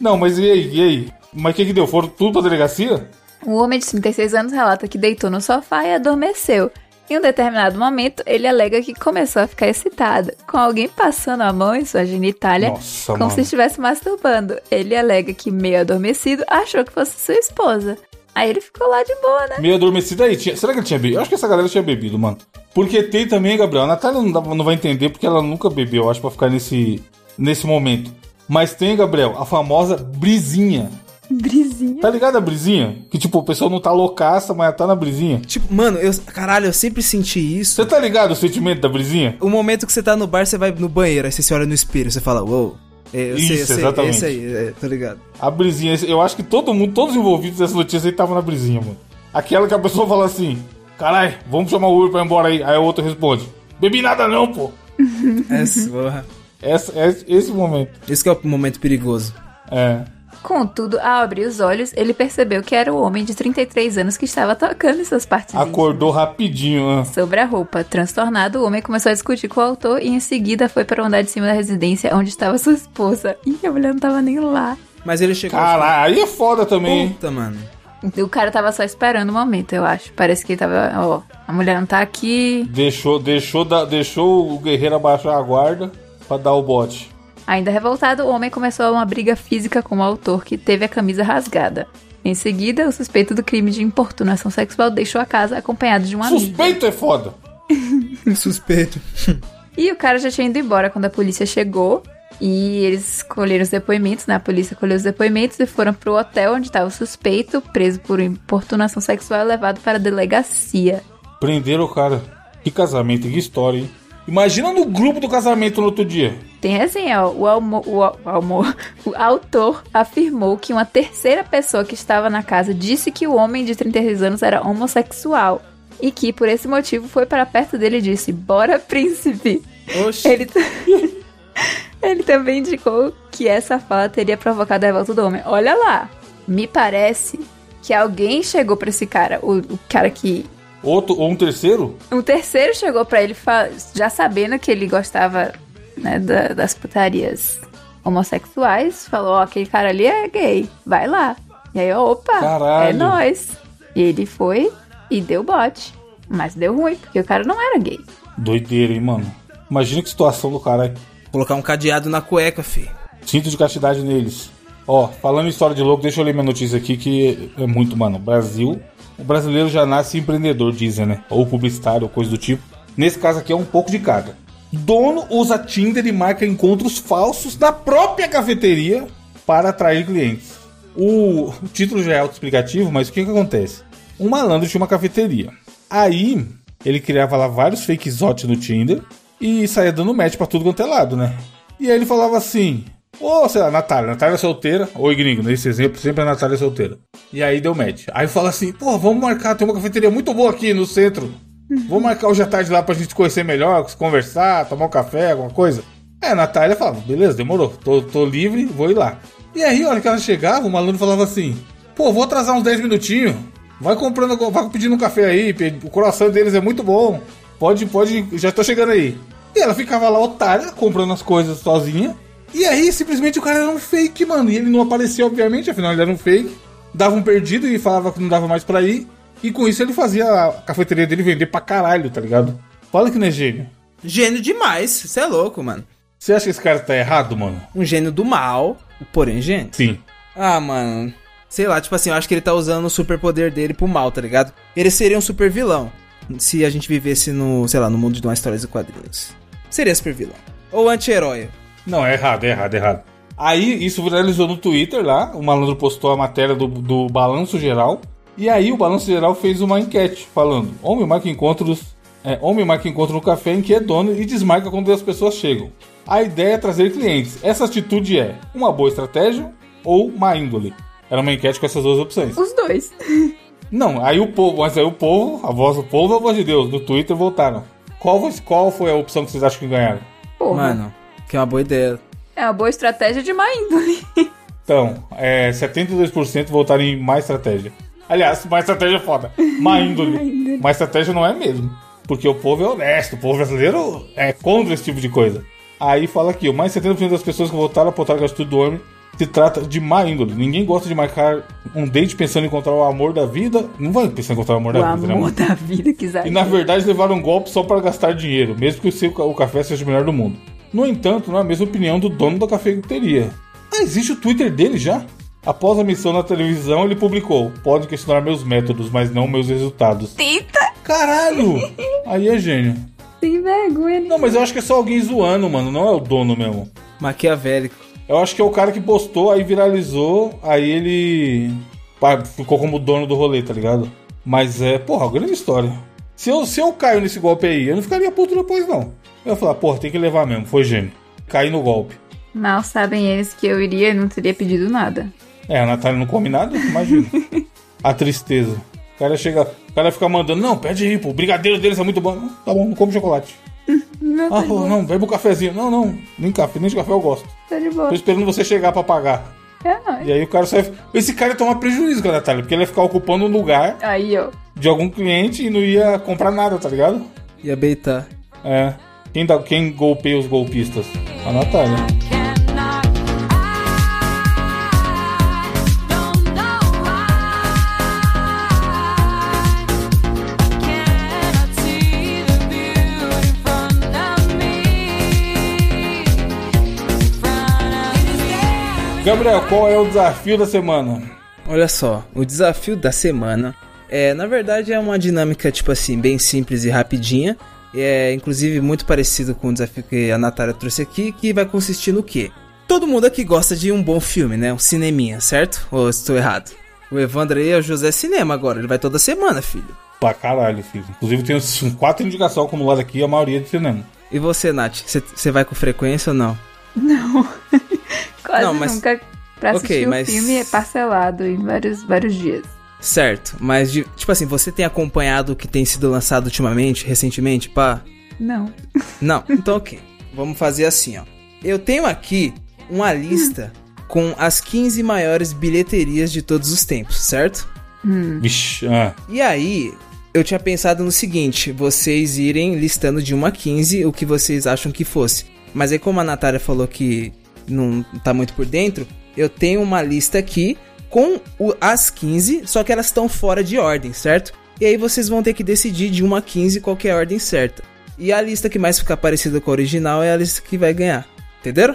[SPEAKER 1] Não, mas e aí, e aí? Mas o que que deu? Foram tudo pra delegacia?
[SPEAKER 2] Um homem de 36 anos relata que deitou no sofá e adormeceu. Em um determinado momento, ele alega que começou a ficar excitado, com alguém passando a mão em sua genitália
[SPEAKER 1] Nossa,
[SPEAKER 2] como
[SPEAKER 1] mano.
[SPEAKER 2] se estivesse masturbando. Ele alega que, meio adormecido, achou que fosse sua esposa. Aí ele ficou lá de boa, né?
[SPEAKER 1] Meio adormecido aí. Tinha... Será que ele tinha bebido? Eu acho que essa galera tinha bebido, mano. Porque tem também, Gabriel. A Natália não, dá- não vai entender porque ela nunca bebeu, eu acho, pra ficar nesse, nesse momento. Mas tem, Gabriel, a famosa brisinha.
[SPEAKER 2] Brisinha.
[SPEAKER 1] Tá ligado a brisinha? Que tipo, o pessoal não tá loucaça, mas tá na brisinha.
[SPEAKER 3] Tipo, mano, eu. Caralho, eu sempre senti isso.
[SPEAKER 1] Você tá ligado o sentimento da brisinha?
[SPEAKER 3] O momento que você tá no bar, você vai no banheiro, aí você se olha no espelho, você fala, uou. é, eu sei, eu
[SPEAKER 1] Isso,
[SPEAKER 3] sei,
[SPEAKER 1] exatamente.
[SPEAKER 3] é isso aí, é, tá ligado?
[SPEAKER 1] A brisinha, eu acho que todo mundo, todos os envolvidos dessa notícia aí estavam na brisinha, mano. Aquela que a pessoa fala assim, carai, vamos chamar o Uber pra ir embora aí. Aí o outro responde, bebi nada não, pô.
[SPEAKER 3] Essa, porra.
[SPEAKER 1] Essa, esse, esse momento.
[SPEAKER 3] Esse que é o momento perigoso.
[SPEAKER 1] É.
[SPEAKER 2] Contudo, ao abrir os olhos, ele percebeu que era o homem de 33 anos que estava tocando em suas partes íntimas.
[SPEAKER 1] Acordou rapidinho, né?
[SPEAKER 2] Sobre a roupa. Transtornado, o homem começou a discutir com o autor e em seguida foi para o andar de cima da residência onde estava sua esposa. Ih, a mulher não tava nem lá.
[SPEAKER 3] Mas ele chegou.
[SPEAKER 1] Caralho, aí é foda também. hein?
[SPEAKER 3] Puta, mano.
[SPEAKER 2] Então, O cara tava só esperando o momento, eu acho. Parece que ele tava, ó, a mulher não tá aqui,
[SPEAKER 1] Deixou, deixou, da, deixou o guerreiro abaixar a guarda pra dar o bote.
[SPEAKER 2] Ainda revoltado, o homem começou uma briga física com o autor, que teve a camisa rasgada. Em seguida, o suspeito do crime de importunação sexual deixou a casa acompanhado de um amigo.
[SPEAKER 1] Suspeito é foda.
[SPEAKER 3] Suspeito.
[SPEAKER 2] E o cara já tinha ido embora quando a polícia chegou. E eles colheram os depoimentos, né? A polícia colheu os depoimentos e foram pro hotel onde estava o suspeito, preso por importunação sexual e levado para a delegacia.
[SPEAKER 1] Prenderam o cara. Que casamento, que história, hein? Imagina no grupo do casamento no outro dia.
[SPEAKER 2] Tem resenha, ó. O, almo, o, al- o almo- o autor afirmou que uma terceira pessoa que estava na casa disse que o homem de 36 anos era homossexual. E que, por esse motivo, foi para perto dele e disse: Bora, príncipe!
[SPEAKER 3] Oxi.
[SPEAKER 2] Ele, ta- Ele também indicou que essa fala teria provocado a revolta do homem. Olha lá! Me parece que alguém chegou pra esse cara, o, o cara que.
[SPEAKER 1] Outro, ou um terceiro?
[SPEAKER 2] Um terceiro chegou pra ele fa- já sabendo que ele gostava né, da- das putarias homossexuais, falou: Ó, aquele cara ali é gay, vai lá. E aí, ó, opa,
[SPEAKER 1] Caralho.
[SPEAKER 2] é nóis. E ele foi e deu bote. Mas deu ruim, porque o cara não era gay.
[SPEAKER 1] Doideira, hein, mano? Imagina que situação do caralho.
[SPEAKER 3] Colocar um cadeado na cueca, fi.
[SPEAKER 1] Cinto de castidade neles. Ó, falando em história de louco, deixa eu ler minha notícia aqui que é muito, mano. Brasil. O brasileiro já nasce empreendedor, dizem, né? Ou publicitário, ou coisa do tipo. Nesse caso aqui é um pouco de cada. Dono usa Tinder e marca encontros falsos na própria cafeteria para atrair clientes. O o título já é autoexplicativo, mas o que, que acontece? Um malandro tinha uma cafeteria. Aí ele criava lá vários fake zotes no Tinder e saía dando match pra tudo quanto é lado, né? E aí ele falava assim: Ô, sei lá, Natália, Natália solteira. Oi, gringo, nesse exemplo sempre a Natália é solteira. E aí deu match. Aí fala assim: pô, vamos marcar, tem uma cafeteria muito boa aqui no centro. Vou marcar hoje à tarde lá pra gente se conhecer melhor, se conversar, tomar um café, alguma coisa. É, a Natália falava: beleza, demorou, tô, tô livre, vou ir lá. E aí, a hora que ela chegava, o malandro falava assim: pô, vou atrasar uns 10 minutinhos. Vai comprando, algum- vai pedindo um café aí, pe- o coração deles é muito bom. Pode, pode, já tô chegando aí. E ela ficava lá, otária, comprando as coisas sozinha. E aí, simplesmente o cara era um fake, mano. E ele não apareceu, obviamente, afinal ele era um fake. Dava um perdido e falava que não dava mais pra ir. E com isso ele fazia a cafeteria dele vender pra caralho, tá ligado? Fala que não é gênio.
[SPEAKER 3] Gênio demais, você é louco, mano.
[SPEAKER 1] Você acha que esse cara tá errado, mano?
[SPEAKER 3] Um gênio do mal, porém gênio.
[SPEAKER 1] Sim.
[SPEAKER 3] Ah, mano. Sei lá, tipo assim, eu acho que ele tá usando o superpoder dele pro mal, tá ligado? Ele seria um super vilão. Se a gente vivesse no, sei lá, no mundo de uma história de quadrinhos. Seria super vilão. Ou anti-herói.
[SPEAKER 1] Não, é errado, é errado, é errado. Aí isso viralizou no Twitter lá, o malandro postou a matéria do, do Balanço Geral. E aí o Balanço Geral fez uma enquete falando: Homem marca encontros. É, homem marca encontro no café em que é dono e desmarca quando as pessoas chegam. A ideia é trazer clientes. Essa atitude é uma boa estratégia ou má índole? Era uma enquete com essas duas opções.
[SPEAKER 2] Os dois.
[SPEAKER 1] Não, aí o povo, mas aí o povo, a voz do povo, a voz de Deus, do Twitter voltaram. Qual, foi- qual foi a opção que vocês acham que ganharam?
[SPEAKER 2] Porra.
[SPEAKER 3] Mano, que é uma boa ideia.
[SPEAKER 2] É uma boa estratégia de má índole.
[SPEAKER 1] Então, é, 72% votaram em má estratégia. Aliás, má estratégia é foda. Má índole. má estratégia não é mesmo. Porque o povo é honesto, o povo brasileiro é contra esse tipo de coisa. Aí fala aqui, mais 70% das pessoas que votaram apontaram que a atitude do homem se trata de má índole. Ninguém gosta de marcar um date pensando em encontrar o amor da vida. Não vai pensar em encontrar o amor
[SPEAKER 2] O
[SPEAKER 1] da vida, né?
[SPEAKER 2] amor
[SPEAKER 1] mano?
[SPEAKER 2] da vida que
[SPEAKER 1] E
[SPEAKER 2] exagero.
[SPEAKER 1] na verdade levaram um golpe só para gastar dinheiro, mesmo que o, seu, o café seja o melhor do mundo. No entanto, não é a mesma opinião do dono da cafeteria. Ah, existe o Twitter dele já? Após a missão na televisão, ele publicou: Pode questionar meus métodos, mas não meus resultados.
[SPEAKER 2] Tita!
[SPEAKER 1] Caralho! Aí é gênio.
[SPEAKER 2] Sem vergonha.
[SPEAKER 1] Não, mas eu acho que é só alguém zoando, mano, não é o dono mesmo.
[SPEAKER 3] Maquiavélico.
[SPEAKER 1] Eu acho que é o cara que postou, aí viralizou, aí ele pá, ficou como dono do rolê, tá ligado? Mas é, porra, uma grande história. Se eu, se eu caio nesse golpe aí, eu não ficaria puto depois, não. Eu ia falar, porra, tem que levar mesmo, foi gênio. Caí no golpe.
[SPEAKER 2] Mal sabem eles que eu iria e não teria pedido nada.
[SPEAKER 1] É, a Natália não come nada, imagina. a tristeza. O cara chega, o cara fica mandando, não, pede aí, pô, o brigadeiro deles é muito bom. Não, tá bom, não como chocolate.
[SPEAKER 2] Não,
[SPEAKER 1] Ah, pô, não, bebe um cafezinho. Não, não, nem café, nem de café eu gosto.
[SPEAKER 2] tá de boa.
[SPEAKER 1] Tô esperando você chegar pra pagar.
[SPEAKER 2] É nóis.
[SPEAKER 1] E aí o cara sai. Esse cara ia tomar prejuízo com a Natália, porque ele ia ficar ocupando um lugar
[SPEAKER 2] Aí, ó.
[SPEAKER 1] de algum cliente e não ia comprar nada, tá ligado?
[SPEAKER 3] Ia beitar.
[SPEAKER 1] É. Quem, dá, quem golpeia os golpistas? A Natália. Gabriel, qual é o desafio da semana?
[SPEAKER 3] Olha só, o desafio da semana é, na verdade, é uma dinâmica, tipo assim, bem simples e rapidinha. É, inclusive, muito parecido com o desafio que a Natália trouxe aqui, que vai consistir no quê? Todo mundo aqui gosta de um bom filme, né? Um cineminha, certo? Ou eu estou errado? O Evandro aí é o José Cinema agora, ele vai toda semana, filho.
[SPEAKER 1] Pra caralho, filho. Inclusive, tem uns quatro indicações acumuladas aqui, a maioria de cinema.
[SPEAKER 3] E você, Nath? Você- Você vai com frequência ou não?
[SPEAKER 2] Não. Quase
[SPEAKER 3] Não, mas-
[SPEAKER 2] nunca. Pra
[SPEAKER 3] Ok,
[SPEAKER 2] assistir o
[SPEAKER 3] mas-
[SPEAKER 2] filme é parcelado em vários, vários dias.
[SPEAKER 3] Certo, mas de- tipo assim, você tem acompanhado o que tem sido lançado ultimamente, recentemente, pá?
[SPEAKER 2] Não.
[SPEAKER 3] Não, então ok. Vamos fazer assim, ó. Eu tenho aqui uma lista com as 15 maiores bilheterias de todos os tempos, certo?
[SPEAKER 1] Vixe, ah,
[SPEAKER 3] E aí, eu tinha pensado no seguinte: vocês irem listando de 1 a 15 o que vocês acham que fosse. Mas aí, como a Natália falou que não tá muito por dentro, eu tenho uma lista aqui com o- as 15, só que elas estão fora de ordem, certo? E aí vocês vão ter que decidir de 1 a 15 qual que é a ordem certa. E a lista que mais ficar parecida com a original é a lista que vai ganhar. Entenderam?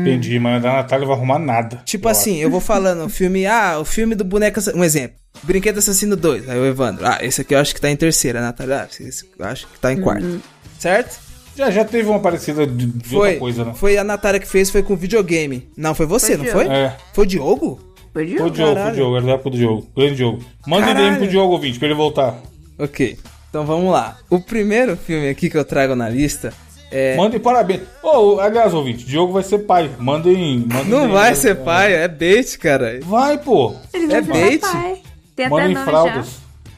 [SPEAKER 1] entendi, mas a Natália não vai arrumar nada.
[SPEAKER 3] Tipo
[SPEAKER 1] Eu
[SPEAKER 3] assim, eu vou falando, o filme, ah, o filme do boneco, assassino, um exemplo. Brinquedo Assassino 2, aí o Evandro, ah, esse aqui eu acho que tá em terceira, a Natália, ah, esse eu acho que
[SPEAKER 2] Uhum.
[SPEAKER 3] tá em quarto. Certo?
[SPEAKER 1] acho. Já, já teve uma parecida de, de
[SPEAKER 3] Foi,
[SPEAKER 1] outra coisa, né?
[SPEAKER 3] foi a Natália que fez, foi com videogame. Não, foi
[SPEAKER 2] Foi
[SPEAKER 3] você, não
[SPEAKER 2] o
[SPEAKER 3] foi?
[SPEAKER 2] Diogo.
[SPEAKER 1] É.
[SPEAKER 3] Foi o Diogo?
[SPEAKER 2] Foi de
[SPEAKER 1] Foi o
[SPEAKER 2] ouro.
[SPEAKER 1] Diogo, foi o
[SPEAKER 3] Caralho.
[SPEAKER 1] Diogo, era da época do Diogo. Grande Diogo. Manda um DM
[SPEAKER 3] Caralho.
[SPEAKER 1] pro Diogo ouvinte, pra ele voltar.
[SPEAKER 3] Ok, então vamos lá. O primeiro filme aqui que eu trago na lista é...
[SPEAKER 1] Mandem parabéns. Ô, aliás, ouvinte, Diogo vai ser pai. Mandem. mandem
[SPEAKER 3] Não vai ser
[SPEAKER 1] é.
[SPEAKER 3] pai, é bait, cara.
[SPEAKER 1] Vai, pô.
[SPEAKER 2] Ele
[SPEAKER 3] É
[SPEAKER 2] vai
[SPEAKER 3] bait?
[SPEAKER 2] virar pai. Tem até
[SPEAKER 1] Mandem
[SPEAKER 2] nome já.
[SPEAKER 1] fraldas.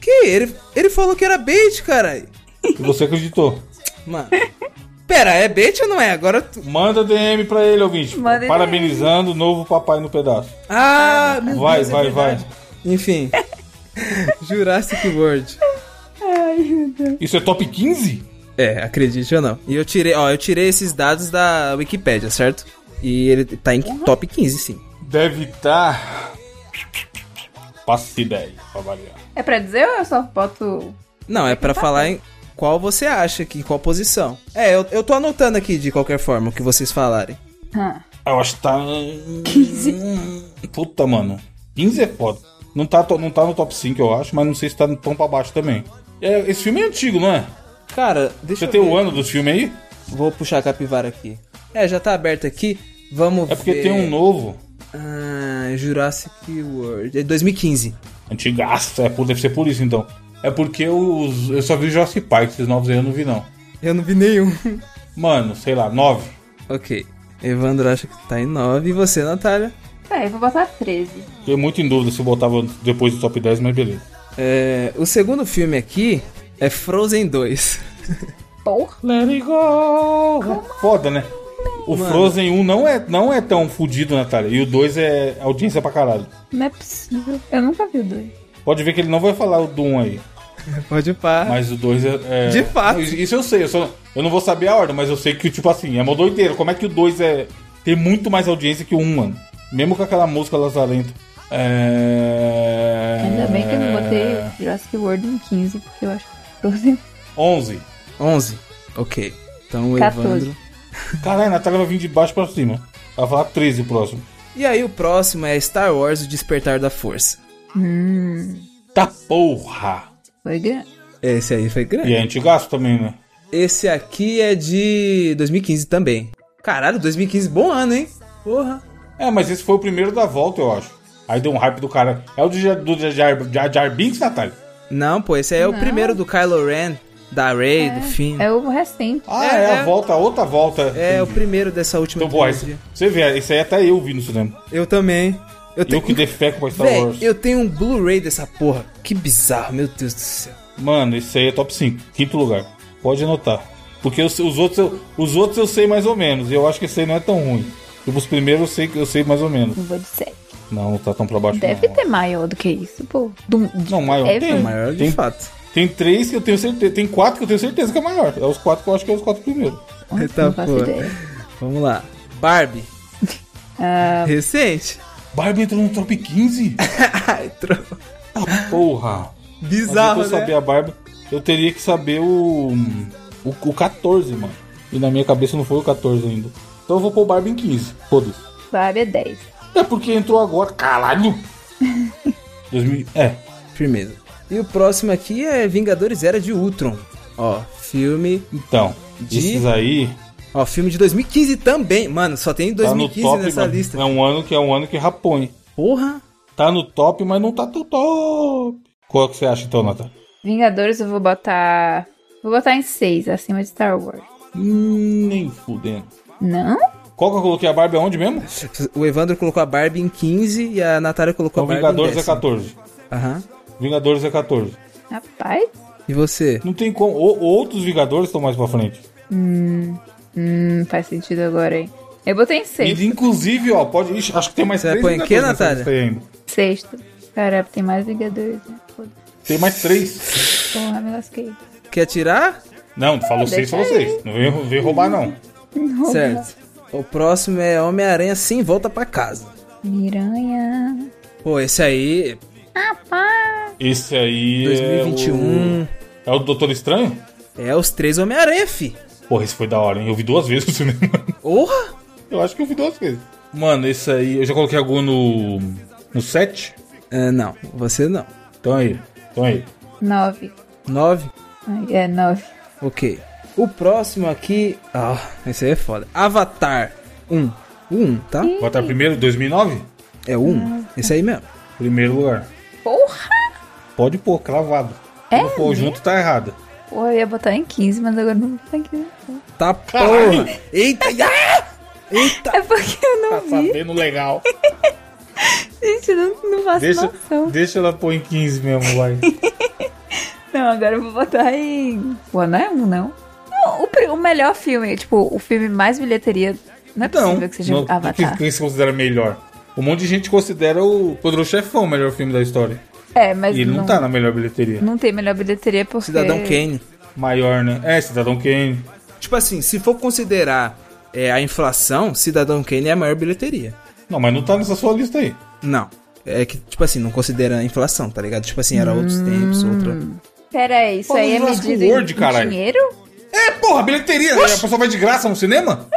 [SPEAKER 3] Que? Ele, ele falou que era bait, cara.
[SPEAKER 1] E você acreditou.
[SPEAKER 3] Mano, pera, é bait ou não é? Agora tu...
[SPEAKER 1] Manda DM pra ele, ouvinte.
[SPEAKER 2] Mandem
[SPEAKER 1] Parabenizando o novo papai no pedaço.
[SPEAKER 3] Ah, meu
[SPEAKER 1] vai,
[SPEAKER 3] Deus, é
[SPEAKER 1] vai, vai.
[SPEAKER 3] Enfim. Jurassic World.
[SPEAKER 1] Isso é top 15?
[SPEAKER 3] É, acredite ou não. E eu tirei, ó, eu tirei esses dados da Wikipédia, certo? E ele tá em top 15, sim.
[SPEAKER 1] Deve estar. Passe 10, pra variar.
[SPEAKER 2] É pra dizer ou eu só boto.
[SPEAKER 3] Não, é pra falar em qual você acha, que em qual posição. É, eu, eu tô anotando aqui de qualquer forma o que vocês falarem.
[SPEAKER 2] Hã.
[SPEAKER 1] Eu acho que tá. 15. Puta, mano. 15 é foda. Não tá, to- não tá no top 5, eu acho, mas não sei se tá no tão pra baixo também. É, esse filme é antigo, não é?
[SPEAKER 3] Cara, deixa
[SPEAKER 1] Você
[SPEAKER 3] eu
[SPEAKER 1] tem
[SPEAKER 3] ver.
[SPEAKER 1] o ano dos filmes aí?
[SPEAKER 3] Vou puxar a capivara aqui. É, já tá aberto aqui. Vamos
[SPEAKER 1] É porque
[SPEAKER 3] ver.
[SPEAKER 1] tem um novo.
[SPEAKER 3] Ah, Jurassic World. É 2015.
[SPEAKER 1] Antigaço, é, por- deve ser por isso então. É porque os, eu só vi Jurassic Park, esses novos aí eu não vi não.
[SPEAKER 3] Eu não vi nenhum.
[SPEAKER 1] Mano, sei lá, 9.
[SPEAKER 3] ok. Evandro acha que tá em 9. E você, Natália?
[SPEAKER 2] Tá, eu vou botar 13.
[SPEAKER 1] Fiquei muito em dúvida se eu botava depois do top 10, mas beleza.
[SPEAKER 3] É, o segundo filme aqui é Frozen 2.
[SPEAKER 2] Porra.
[SPEAKER 1] Let it go! Foda, né? O Frozen 1 não é, não é tão fudido, Natália. E o 2 é audiência pra caralho.
[SPEAKER 2] Não é possível. Eu nunca vi o 2.
[SPEAKER 1] Pode ver que ele não vai falar o do 1 aí.
[SPEAKER 3] Pode pá.
[SPEAKER 1] Mas o 2 é, é-
[SPEAKER 3] De fato.
[SPEAKER 1] Não, Isso isso eu sei, eu, só- eu não vou saber a ordem, mas eu sei que, tipo assim, é uma doideira. Como é que o 2 é. Tem muito mais audiência que o 1, mano. Mesmo com aquela música Lazarento. É.
[SPEAKER 2] Ainda bem que eu não
[SPEAKER 3] É.
[SPEAKER 2] botei Jurassic World em 15, porque eu acho que 12.
[SPEAKER 1] 11.
[SPEAKER 3] 11. Ok. Então o
[SPEAKER 2] 14.
[SPEAKER 3] Evandro.
[SPEAKER 1] Caralho, a Natália vai vir de baixo pra cima. Vai falar 13 o próximo.
[SPEAKER 3] E aí o próximo é Star Wars O Despertar da Força.
[SPEAKER 1] Tá porra!
[SPEAKER 2] Foi grande.
[SPEAKER 3] Esse aí foi
[SPEAKER 1] E
[SPEAKER 3] grande.
[SPEAKER 1] é antigaço também, né?
[SPEAKER 3] Esse aqui é de 2015 também. Caralho, 2015, bom ano, hein? Porra.
[SPEAKER 1] É, mas esse foi o primeiro da volta, eu acho. Aí deu um hype do cara. É o do Jar- do Jar Jar- Jar Binks, Natália?
[SPEAKER 3] Não, pô, esse aí é o primeiro do Kylo Ren, da Rey, do Finn.
[SPEAKER 2] É o recente.
[SPEAKER 1] Ah,
[SPEAKER 3] É,
[SPEAKER 1] é,
[SPEAKER 3] é.
[SPEAKER 1] a volta, a outra volta.
[SPEAKER 3] É, o
[SPEAKER 1] Entendi.
[SPEAKER 3] primeiro dessa última
[SPEAKER 1] Então, porra,
[SPEAKER 3] trilogia.
[SPEAKER 1] esse- você vê, esse aí até eu vi no cinema.
[SPEAKER 3] Eu também. Eu
[SPEAKER 1] Eu
[SPEAKER 3] tenho
[SPEAKER 1] que defeco pra Star
[SPEAKER 3] Véi,
[SPEAKER 1] Wars.
[SPEAKER 3] eu tenho um Blu-ray dessa porra. Que bizarro, meu Deus do céu.
[SPEAKER 1] Mano, esse aí é top 5, quinto lugar. Pode anotar. Porque os, os outros eu, os outros eu sei mais ou menos. E eu acho que esse aí não é tão ruim. Tipo, os primeiros eu sei, eu sei mais ou menos.
[SPEAKER 2] Não vou dizer.
[SPEAKER 1] Não, não tá tão pra baixo.
[SPEAKER 2] Deve
[SPEAKER 1] não.
[SPEAKER 2] ter maior do que isso, pô. Do- de-
[SPEAKER 1] Não, maior
[SPEAKER 2] É,
[SPEAKER 1] tem.
[SPEAKER 2] foi.
[SPEAKER 3] Maior de
[SPEAKER 1] Tem-
[SPEAKER 3] fato.
[SPEAKER 1] Tem três que eu tenho certeza. Tem quatro que eu tenho certeza que é maior. É os quatro que eu acho que é os quatro primeiros.
[SPEAKER 3] Tá,
[SPEAKER 2] não faço
[SPEAKER 3] pô.
[SPEAKER 2] ideia.
[SPEAKER 3] Vamos lá. Barbie.
[SPEAKER 2] Ah,
[SPEAKER 3] Recente.
[SPEAKER 1] Barbie entrou no top 15?
[SPEAKER 3] Ai, tro...
[SPEAKER 1] Porra! Mas
[SPEAKER 3] Bizarro,
[SPEAKER 1] se eu saber
[SPEAKER 3] né?
[SPEAKER 1] a Barbie, eu teria que saber o, o. o 14, mano. E na minha cabeça não foi o 14 ainda. Então eu vou pôr o Barbie em 15. Foda-se.
[SPEAKER 2] Barbie é 10.
[SPEAKER 1] É porque entrou agora, caralho! 2000, é.
[SPEAKER 3] Firmeza. E o próximo aqui é Vingadores Era de Ultron. Ó, filme...
[SPEAKER 1] Então,
[SPEAKER 3] De-
[SPEAKER 1] esses aí.
[SPEAKER 3] Ó, filme de 2015 também. Mano, só tem
[SPEAKER 1] Tá no
[SPEAKER 3] 2015
[SPEAKER 1] top,
[SPEAKER 3] nessa
[SPEAKER 1] mano.
[SPEAKER 3] lista.
[SPEAKER 1] É um ano que é um ano que rapou, hein?
[SPEAKER 3] Porra.
[SPEAKER 1] Tá no top, mas não tá tão top. Qual que você acha então, Natália?
[SPEAKER 2] Vingadores eu vou botar. Vou botar em 6, acima de Star Wars.
[SPEAKER 1] Hum, Nem fudendo.
[SPEAKER 2] Não?
[SPEAKER 1] Qual que eu coloquei a Barbie aonde mesmo?
[SPEAKER 3] O Evandro colocou a Barbie em 15 e a Natália colocou
[SPEAKER 1] Então
[SPEAKER 3] a Barbie
[SPEAKER 1] Vingadores
[SPEAKER 3] em
[SPEAKER 1] é
[SPEAKER 3] 10.
[SPEAKER 1] 14.
[SPEAKER 3] Aham.
[SPEAKER 1] Vingadores é 14.
[SPEAKER 2] Rapaz.
[SPEAKER 3] E você?
[SPEAKER 1] Não tem como. ou- outros Vingadores estão mais pra frente.
[SPEAKER 2] Hum, faz sentido agora, hein? Eu botei em sexto.
[SPEAKER 1] E, inclusive, ó, pode. Ixi, acho que tem mais
[SPEAKER 3] Você
[SPEAKER 1] três
[SPEAKER 3] põe em quê,
[SPEAKER 1] Vingadores nessa
[SPEAKER 3] Natália?
[SPEAKER 1] lista aí ainda.
[SPEAKER 2] Sexto. Caramba, tem mais Vingadores. né? Foda.
[SPEAKER 1] Tem mais três.
[SPEAKER 2] Porra, me lasquei.
[SPEAKER 3] Quer tirar?
[SPEAKER 1] Não, falou seis,
[SPEAKER 2] deixa
[SPEAKER 1] falou seis. Não vem, vem roubar, não.
[SPEAKER 3] Certo. O próximo é Homem-Aranha sem volta pra casa.
[SPEAKER 2] Miranha. Ah,
[SPEAKER 3] Pô, esse
[SPEAKER 1] é
[SPEAKER 3] aí,
[SPEAKER 2] Rapaz.
[SPEAKER 1] Esse aí.
[SPEAKER 3] 2021,
[SPEAKER 1] É o, é o Doutor Estranho?
[SPEAKER 3] é, os três Homem-Aranha, fi.
[SPEAKER 1] Porra, esse foi da hora, hein? Eu vi duas vezes no cinema.
[SPEAKER 3] Porra!
[SPEAKER 1] Eu acho que eu vi duas vezes. Mano, esse aí. Eu já coloquei algum no. no 7.
[SPEAKER 3] Ah, não, você não.
[SPEAKER 1] Então aí. Então aí.
[SPEAKER 2] Nove.
[SPEAKER 3] Nove?
[SPEAKER 2] Ai, É, nove.
[SPEAKER 3] Ok. O próximo aqui... Ah, esse aí é foda. Avatar 1. O 1, tá?
[SPEAKER 1] Bota primeiro, 2009?
[SPEAKER 3] É o 1. Esse aí mesmo.
[SPEAKER 1] Primeiro lugar.
[SPEAKER 2] Porra!
[SPEAKER 1] Pode pôr, cravado.
[SPEAKER 2] É
[SPEAKER 1] Quando pôr junto, tá errado.
[SPEAKER 2] Porra, eu ia botar em 15, mas agora não vou botar em 15.
[SPEAKER 3] Tá porra! Eita! ah! Eita!
[SPEAKER 2] É porque eu
[SPEAKER 1] Tá
[SPEAKER 2] não vi.
[SPEAKER 1] sabendo legal.
[SPEAKER 2] Gente, eu não, não faço
[SPEAKER 1] Deixa,
[SPEAKER 2] noção.
[SPEAKER 1] deixa ela pôr em 15 mesmo, vai.
[SPEAKER 2] Não, agora eu vou botar em. Pô, não é um, não. Não, O, pri- o melhor filme, tipo, o filme mais bilheteria. Não é possível que seja
[SPEAKER 1] Então, não- o que,
[SPEAKER 2] Avatar.
[SPEAKER 1] o que você considera melhor? Um monte de gente considera o Poderoso Chefão o melhor filme da história.
[SPEAKER 2] É, mas
[SPEAKER 1] E ele
[SPEAKER 2] não,
[SPEAKER 1] não, tá na melhor bilheteria.
[SPEAKER 2] não tem melhor bilheteria porque.
[SPEAKER 3] Cidadão Kane.
[SPEAKER 1] Maior, né? É, Cidadão Kane.
[SPEAKER 3] Tipo assim, se for considerar é, a inflação, Cidadão Kane é a maior bilheteria.
[SPEAKER 1] Não, mas não tá nessa sua lista aí.
[SPEAKER 3] Não. É que, tipo assim, não considera a inflação, tá ligado? Tipo assim, era outros tempos, outra.
[SPEAKER 2] Pera aí, isso
[SPEAKER 1] Pô,
[SPEAKER 2] aí é
[SPEAKER 1] Jurassic
[SPEAKER 2] medido em,
[SPEAKER 1] World,
[SPEAKER 2] em
[SPEAKER 1] caralho.
[SPEAKER 2] dinheiro?
[SPEAKER 1] É, porra, bilheteria. né? A pessoa vai de graça no cinema?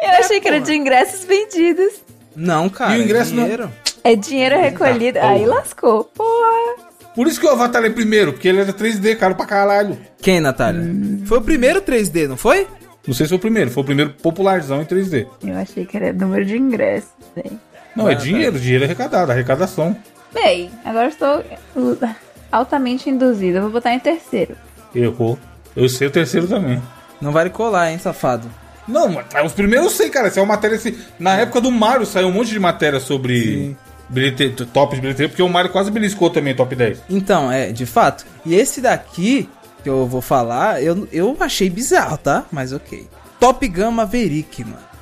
[SPEAKER 2] Eu achei que era de ingressos vendidos.
[SPEAKER 3] Não, cara.
[SPEAKER 1] E o ingresso
[SPEAKER 3] é
[SPEAKER 1] não-
[SPEAKER 3] dinheiro.
[SPEAKER 2] É dinheiro recolhido.
[SPEAKER 1] porra.
[SPEAKER 2] Aí lascou. Porra.
[SPEAKER 1] Por isso que o Avatar é primeiro, porque ele era 3D, caro pra caralho.
[SPEAKER 3] Quem, Natália? Foi o primeiro 3D, não foi?
[SPEAKER 1] Não sei se foi o primeiro, foi o primeiro popularzão em 3D.
[SPEAKER 2] Eu achei que era número de ingressos. Bem,
[SPEAKER 1] Não,
[SPEAKER 2] Ah, tá.
[SPEAKER 1] é dinheiro, dinheiro arrecadado, arrecadação.
[SPEAKER 2] Bem, agora estou uh, altamente induzida. Vou botar em terceiro.
[SPEAKER 1] Errou. Eu sei o terceiro também.
[SPEAKER 3] Não vale colar, hein, safado.
[SPEAKER 1] Não, mas tá, os primeiros eu sei, cara. Essa é uma matéria. se- Na época do Mario saiu um monte de matéria sobre bilhete... top de bilheteria, porque o Mario quase beliscou também top 10.
[SPEAKER 3] Então, é, de fato. E esse daqui, que eu vou falar, eu, eu achei bizarro, tá? Mas ok. Top Gun Maverick, mano.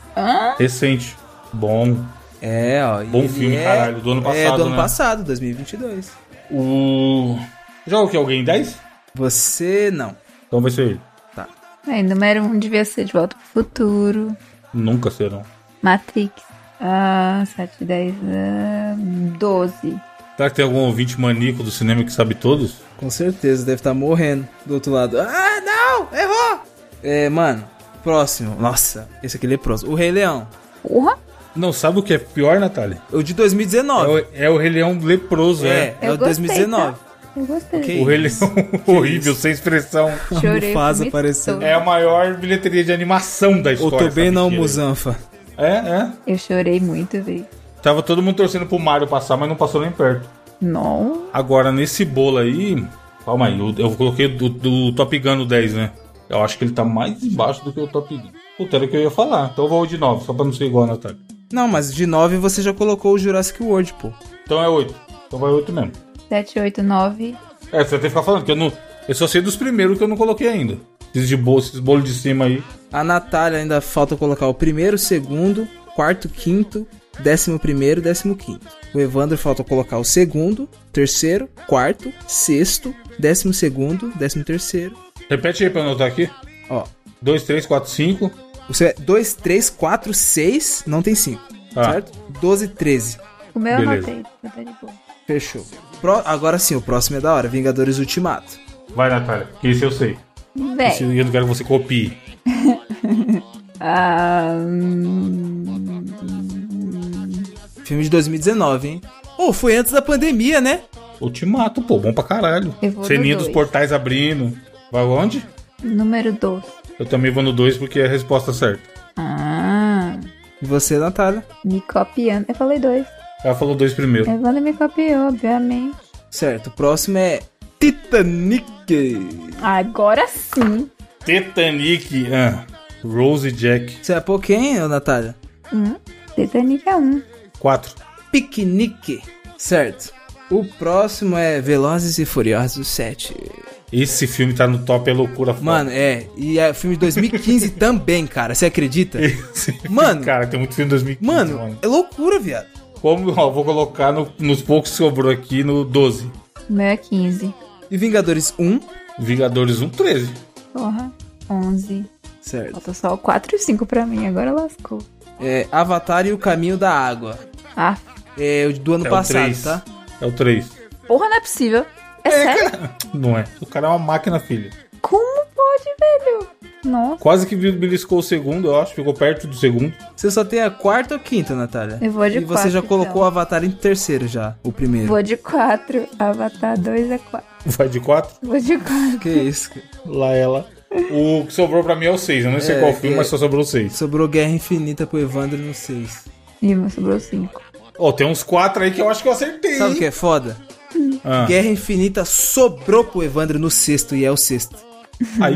[SPEAKER 1] Recente. Bom.
[SPEAKER 3] É, ó. e
[SPEAKER 1] Bom
[SPEAKER 3] ele
[SPEAKER 1] filme,
[SPEAKER 3] é-
[SPEAKER 1] caralho, do ano
[SPEAKER 3] É,
[SPEAKER 1] passado,
[SPEAKER 3] do ano
[SPEAKER 1] né?
[SPEAKER 3] passado, 2022.
[SPEAKER 1] O. Joga o que? Alguém em 10?
[SPEAKER 3] Você não.
[SPEAKER 1] Então vai ser ele.
[SPEAKER 3] Tá.
[SPEAKER 2] Bem, número um devia ser De Volta pro Futuro.
[SPEAKER 1] Nunca serão.
[SPEAKER 2] Matrix. Ah, 7, 10, ah, 12.
[SPEAKER 1] Será que tem algum ouvinte maníaco do cinema que sabe todos?
[SPEAKER 3] Com certeza, deve estar morrendo do outro lado. Ah, não! Errou! É, mano, próximo. Nossa, esse aqui ele é próximo. O Rei Leão.
[SPEAKER 2] Porra.
[SPEAKER 1] Não, sabe o que é pior, Natália?
[SPEAKER 3] O de
[SPEAKER 1] É
[SPEAKER 3] 2019.
[SPEAKER 1] o, é o Rei Leão leproso, é.
[SPEAKER 3] É, é
[SPEAKER 2] Eu
[SPEAKER 3] o
[SPEAKER 2] gostei,
[SPEAKER 3] 2019.
[SPEAKER 2] tá? Eu gostei.
[SPEAKER 3] Ok.
[SPEAKER 1] O Rei Leão horrível, sem expressão.
[SPEAKER 2] Chorei.
[SPEAKER 3] Mufasa
[SPEAKER 2] me
[SPEAKER 3] apareceu.
[SPEAKER 2] todo.
[SPEAKER 1] É a maior bilheteria de animação da
[SPEAKER 3] O
[SPEAKER 1] história.
[SPEAKER 3] Tobey
[SPEAKER 1] essa
[SPEAKER 3] não
[SPEAKER 1] mentira aí.
[SPEAKER 3] Muzanfa.
[SPEAKER 1] É, é.
[SPEAKER 2] Eu chorei muito, velho.
[SPEAKER 1] Tava todo mundo torcendo pro Mario passar, mas não passou nem perto.
[SPEAKER 2] Não.
[SPEAKER 1] Agora, nesse bolo aí. Calma aí, eu, eu coloquei do, do Top Gun no 10, né? Eu acho que ele tá mais embaixo do que o Top Gun. Puta, era o que eu ia falar. Então eu vou de 9, só pra não ser igual a Natália.
[SPEAKER 3] Não, mas de 9 você já colocou o Jurassic World, pô.
[SPEAKER 1] Então é 8. Então vai 8 mesmo.
[SPEAKER 2] 7, 8, 9.
[SPEAKER 1] É, você vai ter que ficar falando, que eu não. Eu só sei dos primeiros que eu não coloquei ainda. Esses de bolo, esses bolos de cima aí.
[SPEAKER 3] A Natália ainda falta colocar o primeiro, o segundo, quarto, quinto, décimo primeiro, décimo quinto. O Evandro falta colocar o segundo, terceiro, quarto, sexto, décimo segundo, décimo terceiro.
[SPEAKER 1] Repete aí pra eu anotar aqui.
[SPEAKER 3] Ó,
[SPEAKER 1] 2, 3, 4, 5.
[SPEAKER 3] Você é 2, 3, 4, 6, não tem 5.
[SPEAKER 1] Ah.
[SPEAKER 3] Certo? 12, 13.
[SPEAKER 2] O meu eu
[SPEAKER 1] Beleza.
[SPEAKER 2] anotei. mas Tá de boa.
[SPEAKER 3] Fechou. Pro- Agora sim, o próximo é da hora. Vingadores Ultimato.
[SPEAKER 1] Vai, Natália, que esse eu sei. Esse
[SPEAKER 2] Véi.
[SPEAKER 1] eu não quero que você copie.
[SPEAKER 2] Ah, hum,
[SPEAKER 3] Filme de 2019, hein? Ou foi antes da pandemia, né?
[SPEAKER 1] Eu te mato, pô, bom pra caralho.
[SPEAKER 2] Eu vou no
[SPEAKER 1] Ceninha dos
[SPEAKER 2] dois.
[SPEAKER 1] portais abrindo. Vai onde?
[SPEAKER 2] número 12.
[SPEAKER 1] Eu também vou no 2 porque é a resposta certa.
[SPEAKER 2] Ah,
[SPEAKER 3] E você, Natália?
[SPEAKER 2] me copiando. Eu falei dois.
[SPEAKER 1] Ela falou 2 primeiro.
[SPEAKER 2] Evandro me copiou, obviamente.
[SPEAKER 3] Certo, o próximo é Titanic.
[SPEAKER 2] Agora sim.
[SPEAKER 1] Titanic. Ah, Rose Jack.
[SPEAKER 3] Você é pôr quem, ô Natália?
[SPEAKER 2] Titanic é um.
[SPEAKER 1] 4.
[SPEAKER 3] Piquenique. Certo. O próximo é Velozes e Furiosos 7.
[SPEAKER 1] Esse filme tá no top, é loucura. foda.
[SPEAKER 3] Mano, é. E é filme de 2015 também, cara. Você acredita?
[SPEAKER 1] Esse filme,
[SPEAKER 3] Mano.
[SPEAKER 1] Cara, tem muito filme em 2015.
[SPEAKER 3] Mano, é loucura, viado.
[SPEAKER 1] Como, ó, vou colocar no- nos poucos que sobrou aqui no 12.
[SPEAKER 2] O meu é 15.
[SPEAKER 3] E Vingadores 1.
[SPEAKER 1] Vingadores 1, 13.
[SPEAKER 2] Porra. 11.
[SPEAKER 3] Certo.
[SPEAKER 2] Falta só o 4 e o 5 pra mim. Agora lascou.
[SPEAKER 3] É Avatar e o Caminho da Água.
[SPEAKER 2] Ah,
[SPEAKER 3] É o do ano
[SPEAKER 1] É o
[SPEAKER 3] passado,
[SPEAKER 1] 3.
[SPEAKER 3] tá?
[SPEAKER 1] É o 3.
[SPEAKER 2] porra, não é possível. É, sério?
[SPEAKER 1] Não é. O cara é uma máquina, filho.
[SPEAKER 2] Como pode, velho? Nossa.
[SPEAKER 1] Quase que beliscou o segundo, eu acho. Ficou perto do segundo.
[SPEAKER 3] Você só tem a quarta ou quinta, Natália?
[SPEAKER 2] Eu vou de
[SPEAKER 3] E você já
[SPEAKER 2] quarta,
[SPEAKER 3] colocou
[SPEAKER 2] então.
[SPEAKER 3] o Avatar em terceiro já, o primeiro.
[SPEAKER 2] Vou de 4. Avatar 2 é 4.
[SPEAKER 1] Vai de 4.
[SPEAKER 2] Vou de 4.
[SPEAKER 3] Que isso? cara.
[SPEAKER 1] Lá ela. O que sobrou pra mim é o 6. Eu não sei
[SPEAKER 3] É,
[SPEAKER 1] qual filme,
[SPEAKER 3] é.
[SPEAKER 1] mas só sobrou 6.
[SPEAKER 3] Sobrou Guerra Infinita pro Evandro no 6.
[SPEAKER 2] Ih, mas sobrou 5.
[SPEAKER 1] Ó, tem uns 4 aí que eu acho que eu acertei.
[SPEAKER 3] Sabe o que
[SPEAKER 1] hein?
[SPEAKER 3] é foda?
[SPEAKER 1] Ah,
[SPEAKER 3] Guerra Infinita sobrou pro Evandro no sexto e é o sexto.
[SPEAKER 1] Ai,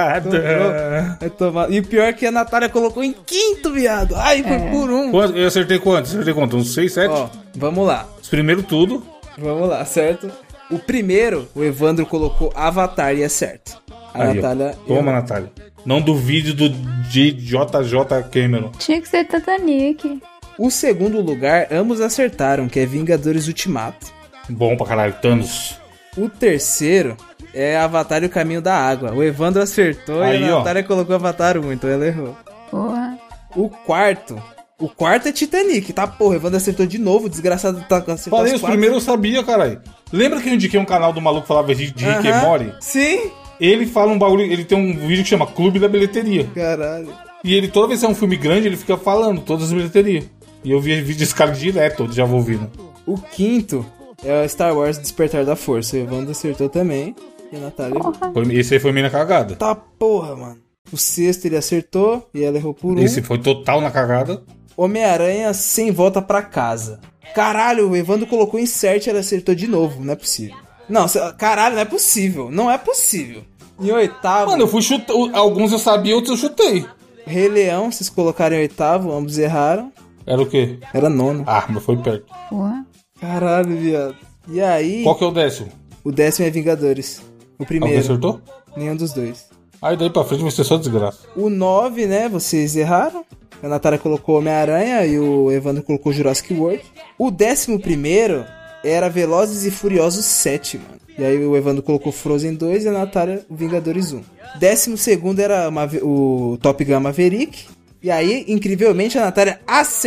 [SPEAKER 1] cagada.
[SPEAKER 3] Sobrou. É tomar- E o pior é que a Natália colocou em quinto, viado. Ai, foi por um.
[SPEAKER 1] Quanto- Eu acertei quantos? Acertei quanto? Uns 6, 7?
[SPEAKER 3] Ó, vamos lá.
[SPEAKER 1] Os primeiros tudo.
[SPEAKER 3] Vamos lá, certo? O primeiro, o Evandro colocou Avatar e é certo. A
[SPEAKER 1] Aí, ó.
[SPEAKER 3] Natália.
[SPEAKER 1] Toma, Natália. Não duvide do JJ Cameron.
[SPEAKER 2] Tinha que ser Titanic.
[SPEAKER 3] O segundo lugar, ambos acertaram, que é Vingadores Ultimato.
[SPEAKER 1] Bom pra caralho, Thanos.
[SPEAKER 3] O terceiro é Avatar e o Caminho da Água. O Evandro acertou e
[SPEAKER 1] Aí,
[SPEAKER 3] a
[SPEAKER 1] ó.
[SPEAKER 3] Natália colocou Avatar 1, então ela errou.
[SPEAKER 2] Porra.
[SPEAKER 3] O quarto. O quarto é Titanic, tá? Porra, o Evandro acertou de novo, o desgraçado tá acertando.
[SPEAKER 1] Falei, os primeiros eu sabia, caralho. Lembra que eu indiquei um canal do maluco que falava de de Rick e Morty?
[SPEAKER 3] Sim!
[SPEAKER 1] Ele fala um bagulho, ele tem um vídeo que chama Clube da Bilheteria.
[SPEAKER 3] Caralho.
[SPEAKER 1] E ele, toda vez que é um filme grande, ele fica falando todas as bilheterias. E eu vi vídeo desse cara direto, eu já vou ouvindo.
[SPEAKER 3] O quinto é o Star Wars Despertar da Força. O Evandro acertou também. E a Natália. errou.
[SPEAKER 1] Foi- Esse aí foi meio na cagada.
[SPEAKER 3] Tá porra, mano. O sexto ele acertou e ela errou por um.
[SPEAKER 1] Esse foi total na cagada.
[SPEAKER 3] Homem-Aranha sem volta pra casa. Caralho, o Evandro colocou em certo e ela acertou de novo. Não é possível. Não, cê- caralho, não é possível. Não é possível. Em oitavo,
[SPEAKER 1] Mano, eu fui chutar. Alguns eu sabia, outros eu chutei.
[SPEAKER 3] Rei Leão, vocês colocaram em oitavo, ambos erraram.
[SPEAKER 1] Era o quê?
[SPEAKER 3] Era nono.
[SPEAKER 1] Ah, mas foi perto.
[SPEAKER 2] Porra.
[SPEAKER 3] Caralho, viado. E aí,
[SPEAKER 1] Qual que é o décimo?
[SPEAKER 3] o décimo é Vingadores. O
[SPEAKER 1] Alguém
[SPEAKER 3] primeiro.
[SPEAKER 1] acertou?
[SPEAKER 3] Nenhum dos dois.
[SPEAKER 1] Aí daí pra frente vai ser só desgraça.
[SPEAKER 3] O 9, né? Vocês erraram. A Natália colocou Homem-Aranha e o Evandro colocou Jurassic World. O 11 era Velozes e Furiosos 7, mano. E aí o Evandro colocou Frozen 2 e a Natália Vingadores 1. 12 era Mave- o Top Gun Maverick. E aí, incrivelmente, a Natália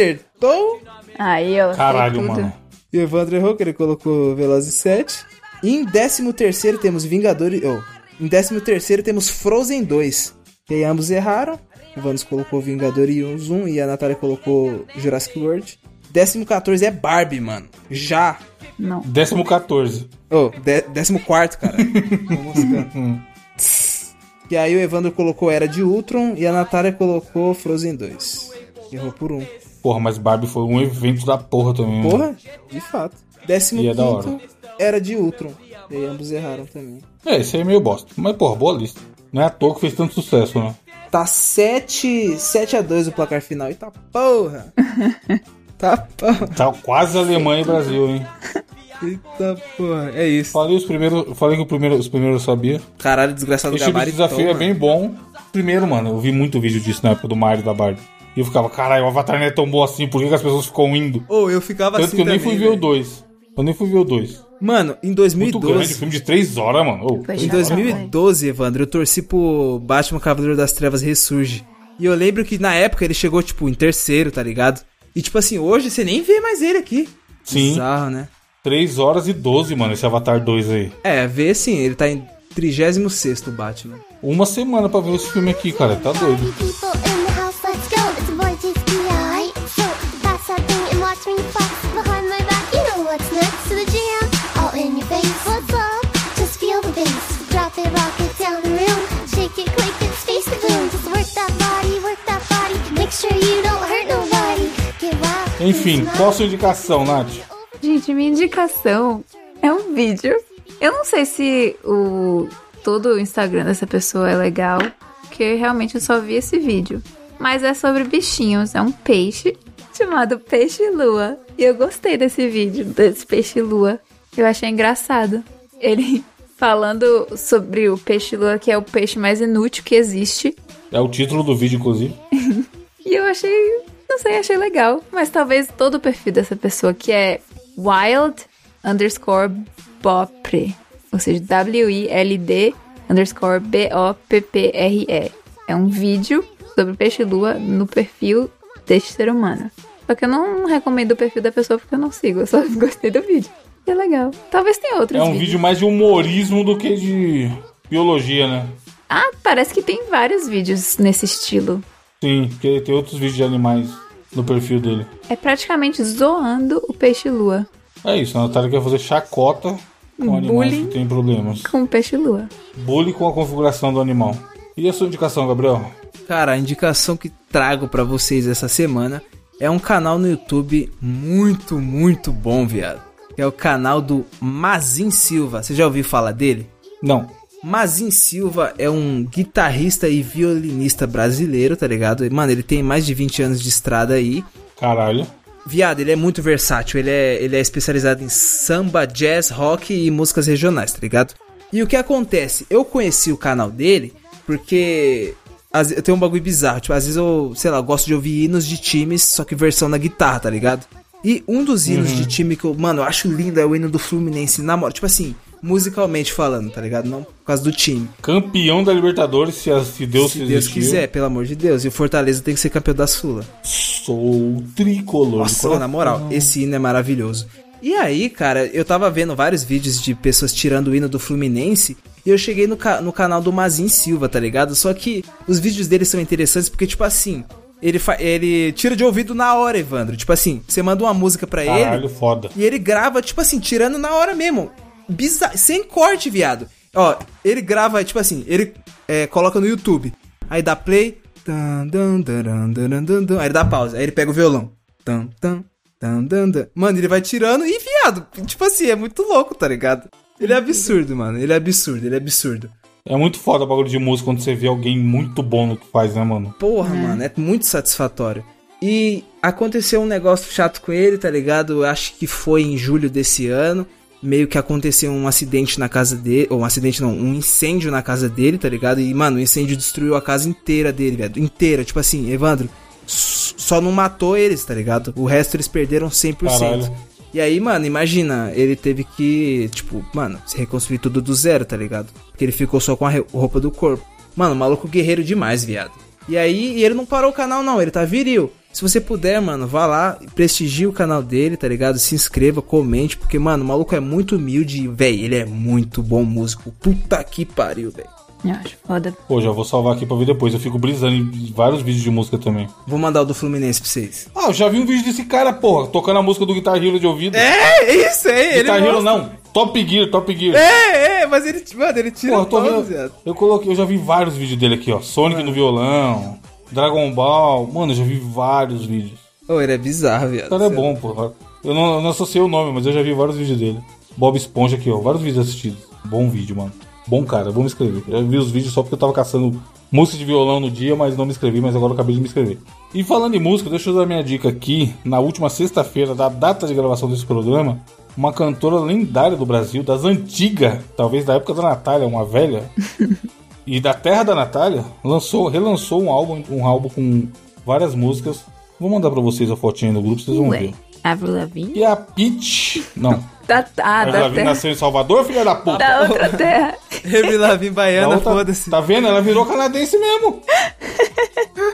[SPEAKER 3] acertou né?
[SPEAKER 2] Aí, ó.
[SPEAKER 1] Caralho,
[SPEAKER 2] sei tudo.
[SPEAKER 1] mano.
[SPEAKER 3] e o Evandro errou, que ele colocou Velozes 7. E em 13 temos Vingadores. Oh, em 13 temos Frozen 2. E aí ambos erraram. O Evandro colocou Vingadores 1 e a Natália colocou Jurassic World. 14 é Barbie, mano. Já.
[SPEAKER 2] Não.
[SPEAKER 1] Décimo 14.
[SPEAKER 3] Oh, dé- 14, cara. Tô moscando. e aí o Evandro colocou Era de Ultron e a Natália colocou Frozen 2. Errou por um.
[SPEAKER 1] Porra, mas Barbie foi um evento da porra também. né?
[SPEAKER 3] Porra, de fato. Décimo
[SPEAKER 1] E é da
[SPEAKER 3] quinto era de Ultron. E aí ambos erraram também.
[SPEAKER 1] É, esse aí é meio bosta. Mas, porra, boa lista. Não é à toa que fez tanto sucesso, né?
[SPEAKER 3] Tá 7, 7 a 2 o placar final. Eita porra! tá porra!
[SPEAKER 1] Tá quase Alemanha e Brasil, hein?
[SPEAKER 3] Eita porra! É isso.
[SPEAKER 1] Falei os primeiros. Falei que o primeiro, os primeiros eu sabia.
[SPEAKER 3] Caralho, desgraçado
[SPEAKER 1] Esse tipo de desafio é bem bom. Primeiro, mano, eu vi muito vídeo disso na época do Mario e da Barbie. E eu ficava, caralho, o Avatar não é tão bom assim, por que, que as pessoas ficam indo?
[SPEAKER 3] Ou eu ficava
[SPEAKER 1] Tanto
[SPEAKER 3] assim.
[SPEAKER 1] que eu nem
[SPEAKER 3] também,
[SPEAKER 1] fui ver
[SPEAKER 3] velho.
[SPEAKER 1] o 2. Eu nem fui ver o 2.
[SPEAKER 3] Mano, em
[SPEAKER 1] Muito grande,
[SPEAKER 3] 2012.
[SPEAKER 1] filme de 3 horas, mano. Ô,
[SPEAKER 2] Foi
[SPEAKER 1] três
[SPEAKER 3] Em
[SPEAKER 2] chato,
[SPEAKER 1] horas.
[SPEAKER 2] né?
[SPEAKER 3] 2012, Evandro, eu torci pro Batman Cavaleiro das Trevas Ressurge. E eu lembro que na época ele chegou, tipo, em terceiro, tá ligado? E tipo assim, hoje você nem vê mais ele aqui.
[SPEAKER 1] Sim.
[SPEAKER 3] Bizarro, né?
[SPEAKER 1] 3 horas e 12, mano, esse Avatar 2 aí.
[SPEAKER 3] É, vê sim, ele tá em 36 Batman.
[SPEAKER 1] Uma semana pra ver esse filme aqui, cara. Tá doido.
[SPEAKER 6] People in the house, let's go. It's a boy GTI. So that's that thing and watch me fuck behind my back. You know what's next to the jam. All in your face. What's up? Just feel the bass. Drop it, rock it down the room. Shake it, quake it, space the boom. Just work that body, work that body. Make sure you don't hurt nobody. Get wild.
[SPEAKER 1] Enfim, qual a sua indicação, Nath?
[SPEAKER 2] Gente, minha indicação é um vídeo. Eu não sei se o todo o Instagram dessa pessoa é legal, porque porque realmente eu só vi esse vídeo. Mas é sobre bichinhos, é um peixe chamado peixe-lua. E eu gostei desse vídeo, desse peixe-lua. Eu achei engraçado. Ele falando sobre o peixe-lua, que é o peixe mais inútil que existe.
[SPEAKER 1] É o título do vídeo, inclusive.
[SPEAKER 2] E eu achei, não sei, achei legal. Mas talvez todo o perfil dessa pessoa, que é wild underscore bopre. Ou seja, W-I-L-D underscore B-O-P-P-R-E. É um vídeo sobre peixe-lua no perfil deste ser humano. Só que eu não recomendo o perfil da pessoa porque eu não sigo, eu só gostei do vídeo. E é legal. Talvez tenha outros
[SPEAKER 1] É um
[SPEAKER 2] vídeos.
[SPEAKER 1] vídeo mais de humorismo do que de biologia, né?
[SPEAKER 2] Ah, parece que tem vários vídeos nesse estilo.
[SPEAKER 1] Sim, porque tem outros vídeos de animais no perfil dele.
[SPEAKER 2] É praticamente zoando o peixe-lua
[SPEAKER 1] É isso, a Natália quer fazer chacota com animais
[SPEAKER 2] Bullying.
[SPEAKER 1] que têm problemas.
[SPEAKER 2] com o peixe-lua.
[SPEAKER 1] Bullying com a configuração do animal. E a sua indicação, Gabriel?
[SPEAKER 3] Cara, a indicação que trago pra vocês essa semana é um canal no YouTube muito, muito bom, viado. É o canal do Mazin Silva. Você já ouviu falar dele?
[SPEAKER 1] Não.
[SPEAKER 3] Mazin Silva é um guitarrista e violinista brasileiro, tá ligado? Mano, ele tem mais de 20 anos de estrada aí.
[SPEAKER 1] Caralho.
[SPEAKER 3] Viado, ele é muito versátil. Ele é, ele é especializado em samba, jazz, rock e músicas regionais, tá ligado? E o que acontece? Eu conheci o canal dele porque às- eu tenho um bagulho bizarro. Tipo, às vezes eu, sei lá, eu gosto de ouvir hinos de times, só que versão na guitarra, tá ligado? E um dos hinos de time que eu, mano, eu acho lindo é o hino do Fluminense na moral. Tipo assim, musicalmente falando, tá ligado? Não por causa do time.
[SPEAKER 1] Campeão da Libertadores, se, a- se Deus,
[SPEAKER 3] Se Deus
[SPEAKER 1] existir.
[SPEAKER 3] quiser, pelo amor de Deus. E o Fortaleza tem que ser campeão da Sula.
[SPEAKER 1] Sou tricolor.
[SPEAKER 3] Nossa, na moral, esse hino é maravilhoso. E aí, cara, eu tava vendo vários vídeos de pessoas tirando o hino do Fluminense e eu cheguei no, ca- no canal do Mazin Silva, tá ligado? Só que os vídeos dele são interessantes porque, tipo assim, ele, fa- ele tira de ouvido na hora, Evandro. Tipo assim, você manda uma música pra ele
[SPEAKER 1] Caralho, foda.
[SPEAKER 3] e ele grava, tipo assim, tirando na hora mesmo. Bizarro. Sem corte, viado. Ó, ele grava, tipo assim, ele é, coloca no YouTube. Aí dá play. Tan, dan, daran, daran, dan, dan. Aí ele dá pausa. Aí ele pega o violão. Tan, tan, tan, dan, dan. Mano, ele vai tirando e, viado, tipo assim, é muito louco, tá ligado? Ele é absurdo, mano. Ele é absurdo, ele é absurdo.
[SPEAKER 1] É muito foda o bagulho de música quando você vê alguém muito bom no que faz, né, mano?
[SPEAKER 3] Porra, mano, é muito satisfatório. E aconteceu um negócio chato com ele, tá ligado? Eu acho que foi em julho desse ano. Meio que aconteceu um acidente na casa dele. Ou um acidente não, um incêndio na casa dele, tá ligado? E, mano, o incêndio destruiu a casa inteira dele, velho. Inteira. Tipo assim, Evandro, s- só não matou eles, tá ligado? O resto eles perderam 100%.
[SPEAKER 1] Caralho.
[SPEAKER 3] E aí, mano, imagina, ele teve que, tipo, mano, se reconstruir tudo do zero, tá ligado? Porque ele ficou só com a re- roupa do corpo. Mano, maluco guerreiro demais, viado. E aí, e ele não parou o canal, não, ele tá viril. Se você puder, mano, vá lá, prestigie o canal dele, tá ligado? Se inscreva, comente, porque, mano, o maluco é muito humilde e, véi, ele é muito bom músico. Puta que pariu, véi.
[SPEAKER 2] Eu acho foda.
[SPEAKER 1] Pô, já vou salvar aqui pra ver depois. Eu fico brisando em vários vídeos de música também.
[SPEAKER 3] Vou mandar o do Fluminense pra vocês.
[SPEAKER 1] Ah, eu já vi um vídeo desse cara, porra, tocando a música do Guitar Hero de ouvido.
[SPEAKER 3] É, isso aí, ele.
[SPEAKER 1] Guitar Hero
[SPEAKER 3] mostra-
[SPEAKER 1] não, Top Gear, Top Gear.
[SPEAKER 3] É, é, mas ele, mano, ele tira
[SPEAKER 1] Porra, eu tô
[SPEAKER 3] todos,
[SPEAKER 1] vendo.
[SPEAKER 3] viado.
[SPEAKER 1] Eu coloquei, eu já vi vários vídeos dele aqui, ó. Sonic no violão, Dragon Ball. Mano, eu já vi vários vídeos.
[SPEAKER 3] Ô, ele é bizarro, viado.
[SPEAKER 1] O cara é bom, porra. Eu não, eu não associei o nome, mas eu já vi vários vídeos dele. Bob Esponja aqui, ó. Vários vídeos assistidos. Bom vídeo, mano. Bom cara, vou me inscrever. Eu vi os vídeos só porque eu tava caçando música de violão no dia, mas não me inscrevi, mas agora eu acabei de me inscrever. E falando em música, deixa eu dar minha dica aqui. Na última sexta-feira, da data de gravação desse programa, uma cantora lendária do Brasil, das antigas, talvez da época da Natália, uma velha, e da terra da Natália, lançou, relançou um álbum, um álbum com várias músicas. Vou mandar pra vocês a fotinha no grupo, vocês vão
[SPEAKER 2] Ué,
[SPEAKER 1] ver.
[SPEAKER 2] Avril Lavigne?
[SPEAKER 1] E a Peach. Não.
[SPEAKER 2] Da, ah,
[SPEAKER 1] A
[SPEAKER 2] da
[SPEAKER 1] Lavigne
[SPEAKER 2] terra.
[SPEAKER 1] nasceu em Salvador, filha da puta.
[SPEAKER 2] Da outra terra.
[SPEAKER 3] Remy Lavin
[SPEAKER 1] A
[SPEAKER 3] baiana,
[SPEAKER 1] outra-
[SPEAKER 3] foda-se.
[SPEAKER 1] Tá vendo? Ela virou canadense mesmo.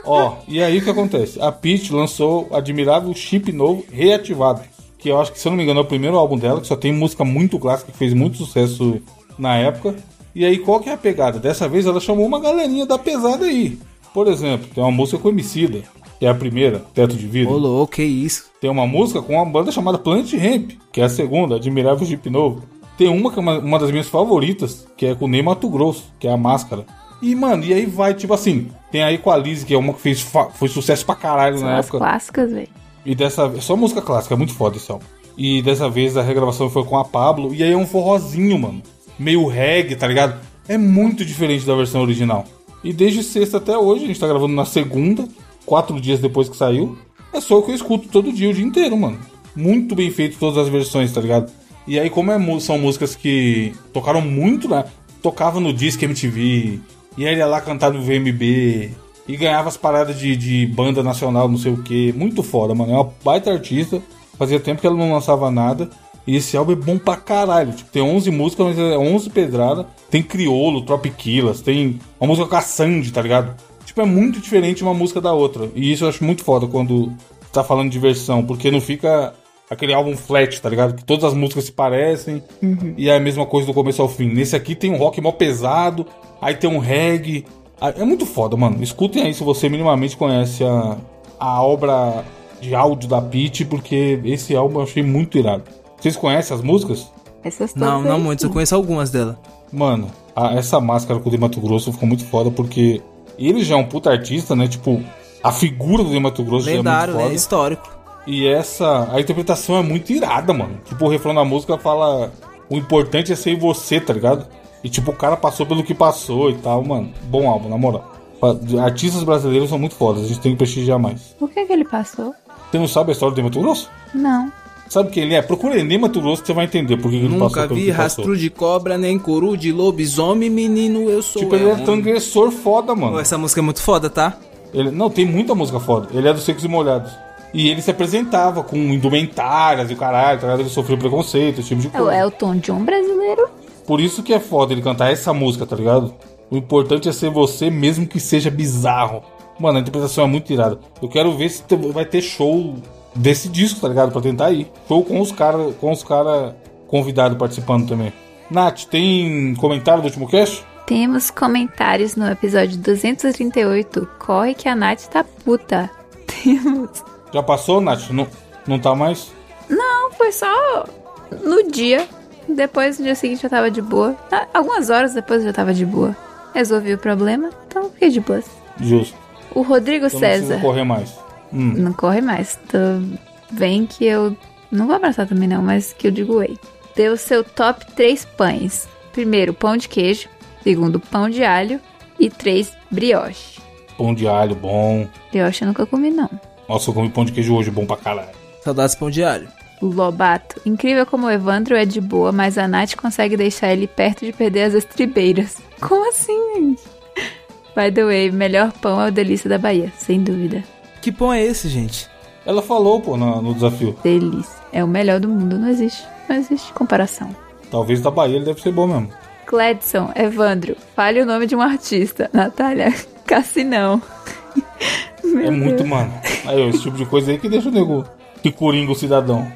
[SPEAKER 1] Ó, e aí o que acontece? A Peach lançou o admirável chip novo reativado. Que eu acho que, se eu não me engano, é o primeiro álbum dela, que só tem música muito clássica, que fez muito sucesso na época. E aí, qual que é a pegada? Dessa vez ela chamou uma galerinha da pesada aí. Por exemplo, tem uma música com Emicida, que é a primeira, Teto de Vidro.
[SPEAKER 3] Ô, louco, que isso.
[SPEAKER 1] Tem uma música com uma banda chamada Planet Ramp, que é a segunda, Admirável Jeep Novo. Tem uma que é uma, uma das minhas favoritas, que é com o Ney Mato Grosso, que é a Máscara. E, mano, e aí vai, tipo assim, tem a Equalize, que é uma que fez fa- foi sucesso pra caralho
[SPEAKER 2] São
[SPEAKER 1] na
[SPEAKER 2] as
[SPEAKER 1] época.
[SPEAKER 2] clássicas, velho.
[SPEAKER 1] E dessa vez. Só música clássica, é muito foda esse álbum. E dessa vez a regravação foi com a Pablo. E aí é um forrozinho, mano. Meio reggae, tá ligado? É muito diferente da versão original. E desde sexta até hoje, a gente tá gravando na segunda, quatro dias depois que saiu. É só o que eu escuto todo dia, o dia inteiro, mano. Muito bem feito todas as versões, tá ligado? E aí, como é mu- são músicas que tocaram muito na. Tocava no Disque MTV, e aí ele ia lá cantar no VMB, e ganhava as paradas de, de banda nacional, não sei o que. Muito foda, mano. É uma baita artista. Fazia tempo que ela não lançava nada. E esse álbum é bom pra caralho. Tipo, tem 11 músicas, mas é 11 pedradas. Tem Criolo, Tropiquilas, tem uma música com a Sandy, tá ligado? Tipo, é muito diferente uma música da outra. E isso eu acho muito foda quando tá falando de versão, porque não fica aquele álbum flat, tá ligado? Que todas as músicas se parecem e é a mesma coisa do começo ao fim. Nesse aqui tem um rock mó pesado, aí tem um reggae. Ah, É muito foda, mano. Escutem aí se você minimamente conhece a, a obra de áudio da Pete, porque esse álbum eu achei muito irado. Vocês conhecem as músicas?
[SPEAKER 2] Essas todas
[SPEAKER 3] Não, não
[SPEAKER 2] aí.
[SPEAKER 3] muito. Eu conheço algumas dela.
[SPEAKER 1] Mano, a- essa máscara com o De Mato Grosso ficou muito foda, porque ele já é um puta artista, né? Tipo, a figura do De Mato Grosso
[SPEAKER 3] Lendário,
[SPEAKER 1] já é muito
[SPEAKER 3] né?
[SPEAKER 1] foda.
[SPEAKER 3] Histórico.
[SPEAKER 1] E essa. A interpretação é muito irada, mano. Tipo, o refrão da música fala. O importante é ser você, tá ligado? E tipo, o cara passou pelo que passou e tal, mano. Bom álbum, na moral. Fa- Artistas brasileiros são muito fodas, a gente tem que prestigiar mais.
[SPEAKER 2] Por que, que ele passou?
[SPEAKER 1] Você não sabe a história do Mato Grosso?
[SPEAKER 2] Não.
[SPEAKER 1] Sabe quem ele é? Procura Enê Mato Grosso que você vai entender por que que ele
[SPEAKER 3] Nunca
[SPEAKER 1] passou pelo
[SPEAKER 3] vi
[SPEAKER 1] que passou.
[SPEAKER 3] rastro de cobra, nem coru de lobisomem, menino, eu sou.
[SPEAKER 1] Tipo,
[SPEAKER 3] eu.
[SPEAKER 1] ele é transgressor foda, mano.
[SPEAKER 3] Pô, Essa música é muito foda, tá?
[SPEAKER 1] Ele- não, tem muita música foda. Ele é dos Secos e Molhados. E ele se apresentava com indumentárias e o caralho, tá ligado? Ele sofreu preconceito, esse tipo de
[SPEAKER 2] É o
[SPEAKER 1] coisa.
[SPEAKER 2] Elton John brasileiro?
[SPEAKER 1] Por isso que é foda ele cantar essa música, tá ligado? O importante é ser você, mesmo que seja bizarro. Mano, a interpretação é muito irada. Eu quero ver se te- vai ter show desse disco, tá ligado? Pra tentar ir. Show com os caras com os cara convidados participando também. Nath, tem comentário do último cast?
[SPEAKER 2] Temos comentários no episódio 238. Corre que a Nath tá puta. Temos.
[SPEAKER 1] Já passou, Nath? Não, não tá mais?
[SPEAKER 2] Não, foi só no dia. Depois, no dia seguinte, eu tava de boa. Ah, Algumas horas depois eu já tava de boa. Resolvi o problema, então fiquei de boa.
[SPEAKER 1] Justo.
[SPEAKER 2] O Rodrigo
[SPEAKER 1] Então não
[SPEAKER 2] César.
[SPEAKER 1] precisa correr mais. Hum.
[SPEAKER 2] Não corre mais. Tô- Vem que eu. Não vou abraçar também, não, mas que eu digo ei. Deu seu top 3 pães: primeiro, pão de queijo. Segundo, pão de alho. E três, brioche.
[SPEAKER 1] Pão de alho bom.
[SPEAKER 2] Brioche eu nunca comi, não.
[SPEAKER 1] Nossa, eu comi pão de queijo hoje, bom pra caralho.
[SPEAKER 3] Saudades pão diário.
[SPEAKER 2] Lobato. Incrível como o Evandro é de boa, mas a Nath consegue deixar ele perto de perder as estribeiras. Como assim, gente? By the way, melhor pão é o Delícia da Bahia, sem dúvida.
[SPEAKER 3] Que pão é esse, gente?
[SPEAKER 1] Ela falou, pô, na- no, desafio.
[SPEAKER 2] Delícia. É o melhor do mundo, não existe. Não existe comparação.
[SPEAKER 1] Talvez da Bahia ele deve ser bom mesmo.
[SPEAKER 2] Cledson, Evandro, fale o nome de um artista. Natália, Cassinão.
[SPEAKER 1] é muito, mano. Aí, ó, esse tipo de coisa aí que deixa o nego que coringa o cidadão.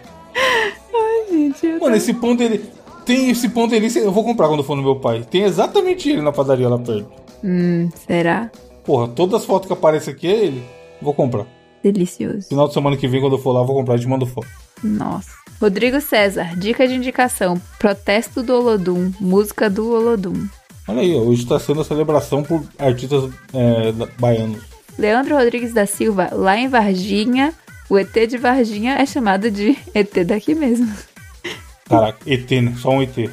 [SPEAKER 2] Gente, eu
[SPEAKER 1] Mano, esse pão dele. Tem esse pão delícia. Eu vou comprar quando for no meu pai. Tem exatamente ele na padaria lá perto.
[SPEAKER 2] tô- Será?
[SPEAKER 1] Porra, todas as fotos que aparecem aqui é ele. Vou comprar.
[SPEAKER 2] Delicioso.
[SPEAKER 1] Final de semana que vem, quando eu for lá, eu vou comprar e te mando foto.
[SPEAKER 2] Nossa. Rodrigo César, dica de indicação. Protesto do Olodum, música do Olodum.
[SPEAKER 1] Olha aí, ó, hoje tá sendo a celebração por artistas é, da- baianos.
[SPEAKER 2] Leandro Rodrigues da Silva, lá em Varginha, o ET de Varginha é chamado de ET daqui mesmo.
[SPEAKER 1] Caraca, ET, né? Só um ET.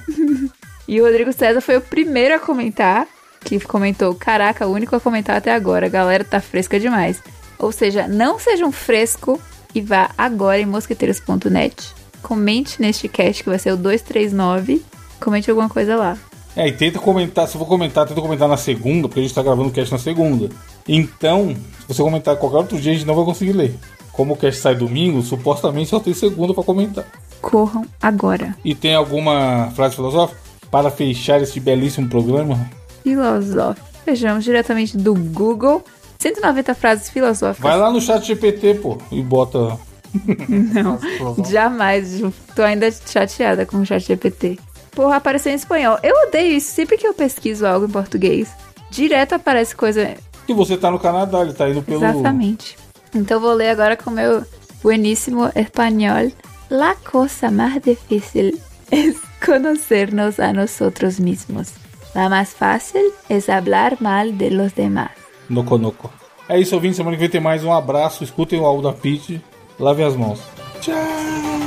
[SPEAKER 2] E o Rodrigo César foi o primeiro a comentar, que comentou: Caraca, o único a comentar até agora, a galera tá fresca demais. Ou seja, não seja um fresco e vá agora em mosqueteiros.net. Comente neste cast que vai ser o 239. Comente alguma coisa lá.
[SPEAKER 1] É, e tenta comentar, se eu for comentar, tenta comentar na segunda, porque a gente tá gravando o cast na segunda. Então, se você comentar qualquer outro dia, a gente não vai conseguir ler. Como o cast sai domingo, supostamente só tem segunda pra comentar.
[SPEAKER 2] Corram agora.
[SPEAKER 1] E tem alguma frase filosófica para fechar este belíssimo programa?
[SPEAKER 2] Filosófico. Vejamos diretamente do Google. 190 frases filosóficas.
[SPEAKER 1] Vai lá no chat GPT, pô, e bota.
[SPEAKER 2] Não, jamais. Ju. Tô ainda chateada com o chat GPT. Porra, apareceu em espanhol. Eu odeio isso. Sempre que eu pesquiso algo em português, direto aparece coisa...
[SPEAKER 1] Que você tá no Canadá, ele tá indo pelo.
[SPEAKER 2] Exatamente. Então vou ler agora com o meu bueníssimo espanhol. La cosa más difícil es conocernos a nosotros mismos. La más fácil es hablar mal de los demás.
[SPEAKER 1] Noco Noco. É isso, ouvindo. Semana que vem tem mais. Um abraço, escutem o álbum da Pete. Lavem as mãos. Tchau!